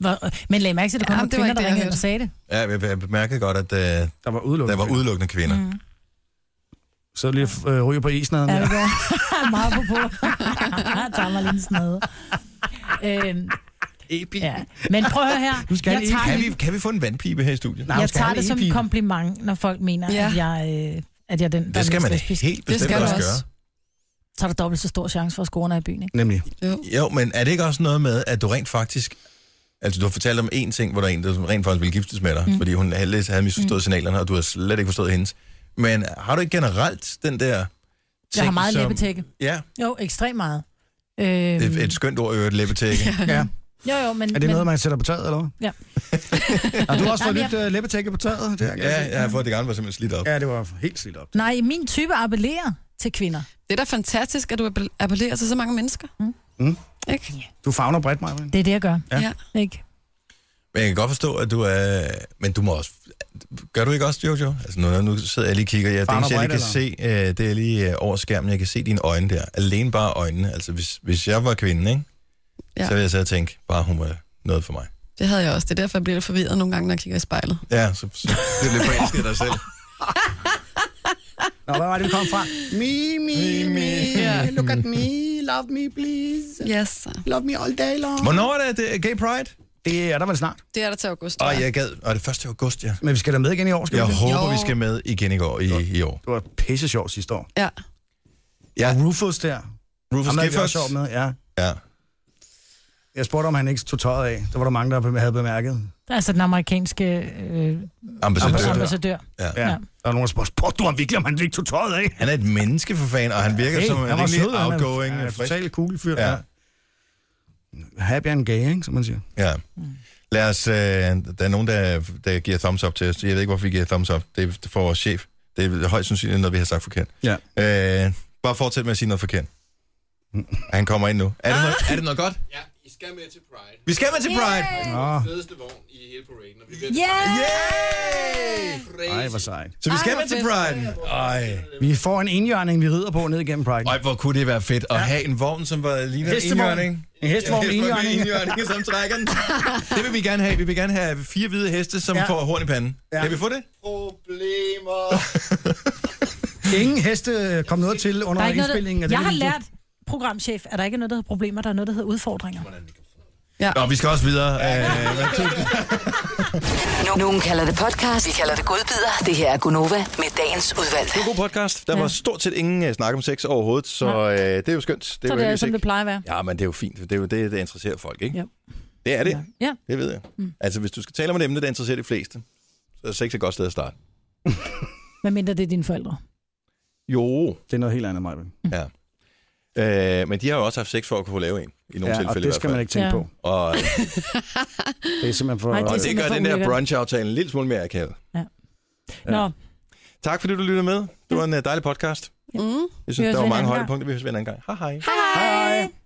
Speaker 3: Var, men lad mærke til, at det kun
Speaker 2: Ja,
Speaker 3: var
Speaker 2: men det var
Speaker 3: kvinder,
Speaker 2: ikke det,
Speaker 3: der
Speaker 2: jeg
Speaker 3: ringede
Speaker 2: hørte.
Speaker 3: og sagde det.
Speaker 1: Ja, jeg, jeg bemærkede godt, at øh,
Speaker 4: Der var udelukket.
Speaker 1: der var udelukkende kvinder. Mm.
Speaker 4: Så lige øh, ryge på isnaden.
Speaker 3: Ja,
Speaker 4: Ja.
Speaker 3: det gør jeg. Meget på på. Jeg tager mig lige en snade. Øhm, ja. Men prøv at høre her.
Speaker 4: Du skal
Speaker 3: jeg
Speaker 4: ikke-
Speaker 3: tager
Speaker 1: Kan
Speaker 3: det-
Speaker 1: vi, kan vi få en vandpibe her i studiet?
Speaker 4: Nej, hun
Speaker 3: jeg
Speaker 4: skal
Speaker 3: tager
Speaker 4: have
Speaker 3: det
Speaker 4: en
Speaker 3: som et
Speaker 4: e-pibe.
Speaker 3: kompliment, når folk mener,
Speaker 2: Ja.
Speaker 3: ja. at, jeg, øh, at jeg er den, der
Speaker 1: Det
Speaker 3: er
Speaker 1: skal
Speaker 3: mest
Speaker 1: man
Speaker 3: lesbisk.
Speaker 1: helt bestemt
Speaker 2: skal du
Speaker 1: også
Speaker 2: også.
Speaker 1: gøre.
Speaker 3: Så er der dobbelt så stor chance for at score, når jeg er i byen, ikke?
Speaker 4: Nemlig.
Speaker 1: Jo, men er det ikke også noget med, at du rent faktisk... Altså, du har fortalt om en ting, hvor der er en, der som rent faktisk ville giftes med dig, mm. fordi hun havde, havde misforstået mm. signalerne, og du har slet ikke forstået hendes. Men har du ikke generelt den der...
Speaker 3: Jeg har
Speaker 1: ting,
Speaker 3: meget læbetække.
Speaker 1: Ja,
Speaker 3: Jo, ekstremt meget.
Speaker 1: det
Speaker 3: Øhm,
Speaker 1: er et skønt ord, i øvrigt, læbetække.
Speaker 4: Ja.
Speaker 3: jo, jo, men...
Speaker 4: Er det
Speaker 3: men,
Speaker 4: noget, man sætter på tøjet, eller hvad?
Speaker 3: Ja.
Speaker 4: Har du også fået
Speaker 3: Jamen,
Speaker 4: nyt øh, læbetække på tøjet? Det har jeg
Speaker 1: Ja,
Speaker 4: ja,
Speaker 1: jeg har fået det gamle, var simpelthen slidt op.
Speaker 4: ja, det var helt slidt op.
Speaker 3: Nej, min type appellerer til kvinder.
Speaker 2: Det er da fantastisk, at du appel- appellerer til så mange mennesker. Mm.
Speaker 4: Mm.
Speaker 2: Ikke?
Speaker 4: Du fagner bredt, mig.
Speaker 3: Det er det, jeg gør.
Speaker 2: Ja. ja.
Speaker 3: Ikke?
Speaker 1: Men jeg kan godt forstå, at du er... Men du må også... Gør du ikke også, Jojo? Altså, nu, nu sidder jeg lige og kigger. Jeg, det
Speaker 4: Farner
Speaker 1: eneste, jeg lige kan
Speaker 4: bredt,
Speaker 1: se, øh, det er lige øh, over skærmen. Jeg kan se dine øjne der. Alene bare øjnene. Altså, hvis, hvis jeg var kvinde, ikke? Ja.
Speaker 2: Ja.
Speaker 1: Så ville jeg så tænke, bare hun var noget for mig.
Speaker 2: Det havde jeg også. Det er derfor, jeg bliver lidt forvirret nogle gange, når jeg kigger i spejlet.
Speaker 1: Ja, så, så bliver du lidt forelsket af dig selv.
Speaker 4: Nå, hvad var det, vi kom fra? Me, me, me, look at me, love me, please.
Speaker 2: Yes.
Speaker 4: Love me all day long.
Speaker 1: Hvornår er det, det er Gay Pride?
Speaker 4: Det er der vel snart.
Speaker 2: Det er der til august.
Speaker 1: Åh,
Speaker 2: tror jeg.
Speaker 1: jeg gad. Og det er 1. august, ja.
Speaker 4: Men vi skal da med igen i år, skal
Speaker 1: Jeg
Speaker 4: vi? ikke?
Speaker 1: håber,
Speaker 2: Jo.
Speaker 1: vi skal med igen i går i, i år.
Speaker 4: Det var pisse sjovt sidste år.
Speaker 2: ja.
Speaker 1: Ja,
Speaker 4: Rufus der.
Speaker 1: Rufus
Speaker 4: Ham havde vi
Speaker 1: Gifford.
Speaker 4: også sjovt med, ja.
Speaker 1: Ja.
Speaker 4: Jeg spurgte, om han ikke tog tøjet af. Der var der mange, der bem- havde bemærket.
Speaker 3: Altså den amerikanske øh,
Speaker 1: Ambassadør.
Speaker 4: Ambassadør.
Speaker 3: ambassadør.
Speaker 4: Ja. ja. Der var nogen, der spurgte, spurgte du ham virkelig, om han ikke tog tøjet af?
Speaker 1: Han er et menneske for fan, og han virker hey, som en rimelig
Speaker 4: han er-
Speaker 1: outgoing.
Speaker 4: Han er
Speaker 1: frisk.
Speaker 4: totalt cool fyr.
Speaker 1: Ja.
Speaker 4: Ja. Happy and gay, ikke, som man siger.
Speaker 1: Ja. Lad os, øh, der er nogen, der, der giver thumbs up til os. Jeg ved ikke, hvorfor vi giver thumbs up. Det er for vores chef. Det er højst sandsynligt noget, vi har sagt forkert.
Speaker 4: Ja.
Speaker 1: Øh, bare fortsæt med at sige noget forkert. Han kommer ind nu. Er det noget, er det noget godt?
Speaker 9: Ja, I skal med til Pride.
Speaker 1: Vi skal med til Pride!
Speaker 4: Åh,
Speaker 9: Fedeste vogn i hele paraden, og vi bliver
Speaker 3: Yeah!
Speaker 1: Yay!
Speaker 4: ej, hvor sejt.
Speaker 1: Så vi skal
Speaker 2: Ej, hvor
Speaker 1: med til Pride. Ej.
Speaker 4: Vi får en indjørning, vi rider på ned igennem Pride.
Speaker 1: Ej, hvor kunne det være fedt at have en vogn, som var ligner en indjørning.
Speaker 4: En hestevogn med indjørning.
Speaker 1: indjørning, som trækker den. Det vil vi gerne have. Vi vil gerne have fire hvide heste, som ja.
Speaker 4: Ja.
Speaker 1: får horn i panden. Ja.
Speaker 4: Ja.
Speaker 1: Kan vi få det?
Speaker 9: problemer.
Speaker 4: Ingen heste øh, kom noget til
Speaker 3: Der
Speaker 4: under
Speaker 3: er ikke noget,
Speaker 4: indspillingen. af
Speaker 3: der,
Speaker 4: det
Speaker 3: jeg har
Speaker 4: video.
Speaker 3: lært, programchef, at der ikke er noget, der hedder problemer, der er noget, der hedder udfordringer.
Speaker 1: Nå, vi skal også videre. Øh, men tusind
Speaker 5: Nu- Nogen kalder det podcast, vi kalder det godbider. Det her er Gunova med dagens udvalgte.
Speaker 1: Det var en god podcast. Der ja. var stort set ingen uh, snak om sex overhovedet, så uh, det er jo skønt. Det
Speaker 3: Så
Speaker 1: jo
Speaker 3: det er,
Speaker 1: ikke
Speaker 3: som
Speaker 1: musik.
Speaker 3: det plejer at være.
Speaker 1: Ja, men det er jo fint. Det er jo det, der interesserer folk, ikke?
Speaker 3: Jo.
Speaker 1: Det er det.
Speaker 3: Ja.
Speaker 1: Det ved jeg. Mm. Altså, hvis du skal tale om et emne, der interesserer de fleste, så er sex et godt sted at starte.
Speaker 3: Hvad mindre det er dine forældre.
Speaker 11: Jo.
Speaker 4: Det er noget helt andet, Marvin.
Speaker 1: Ja. Øh, men de har jo også haft sex for at kunne lave en, i nogle
Speaker 4: Ja, og
Speaker 1: tilfælde
Speaker 4: det
Speaker 1: i hvert
Speaker 4: skal
Speaker 1: fald.
Speaker 4: man ikke tænke Ja. på.
Speaker 1: Og,
Speaker 4: Det er simpelthen for...
Speaker 1: Nej, det, og det
Speaker 4: simpelthen
Speaker 1: gør
Speaker 4: for
Speaker 1: den der
Speaker 4: ulækkert.
Speaker 1: brunch-aftale en lille smule mere akavet. Ja.
Speaker 3: Nå.
Speaker 1: Tak fordi du lyttede med. Det var en øh, dejlig podcast.
Speaker 2: Mm.
Speaker 1: Jeg synes, der var mange højdepunkter. Vi høres ved en anden gang. Hej hej.
Speaker 2: Hej hej.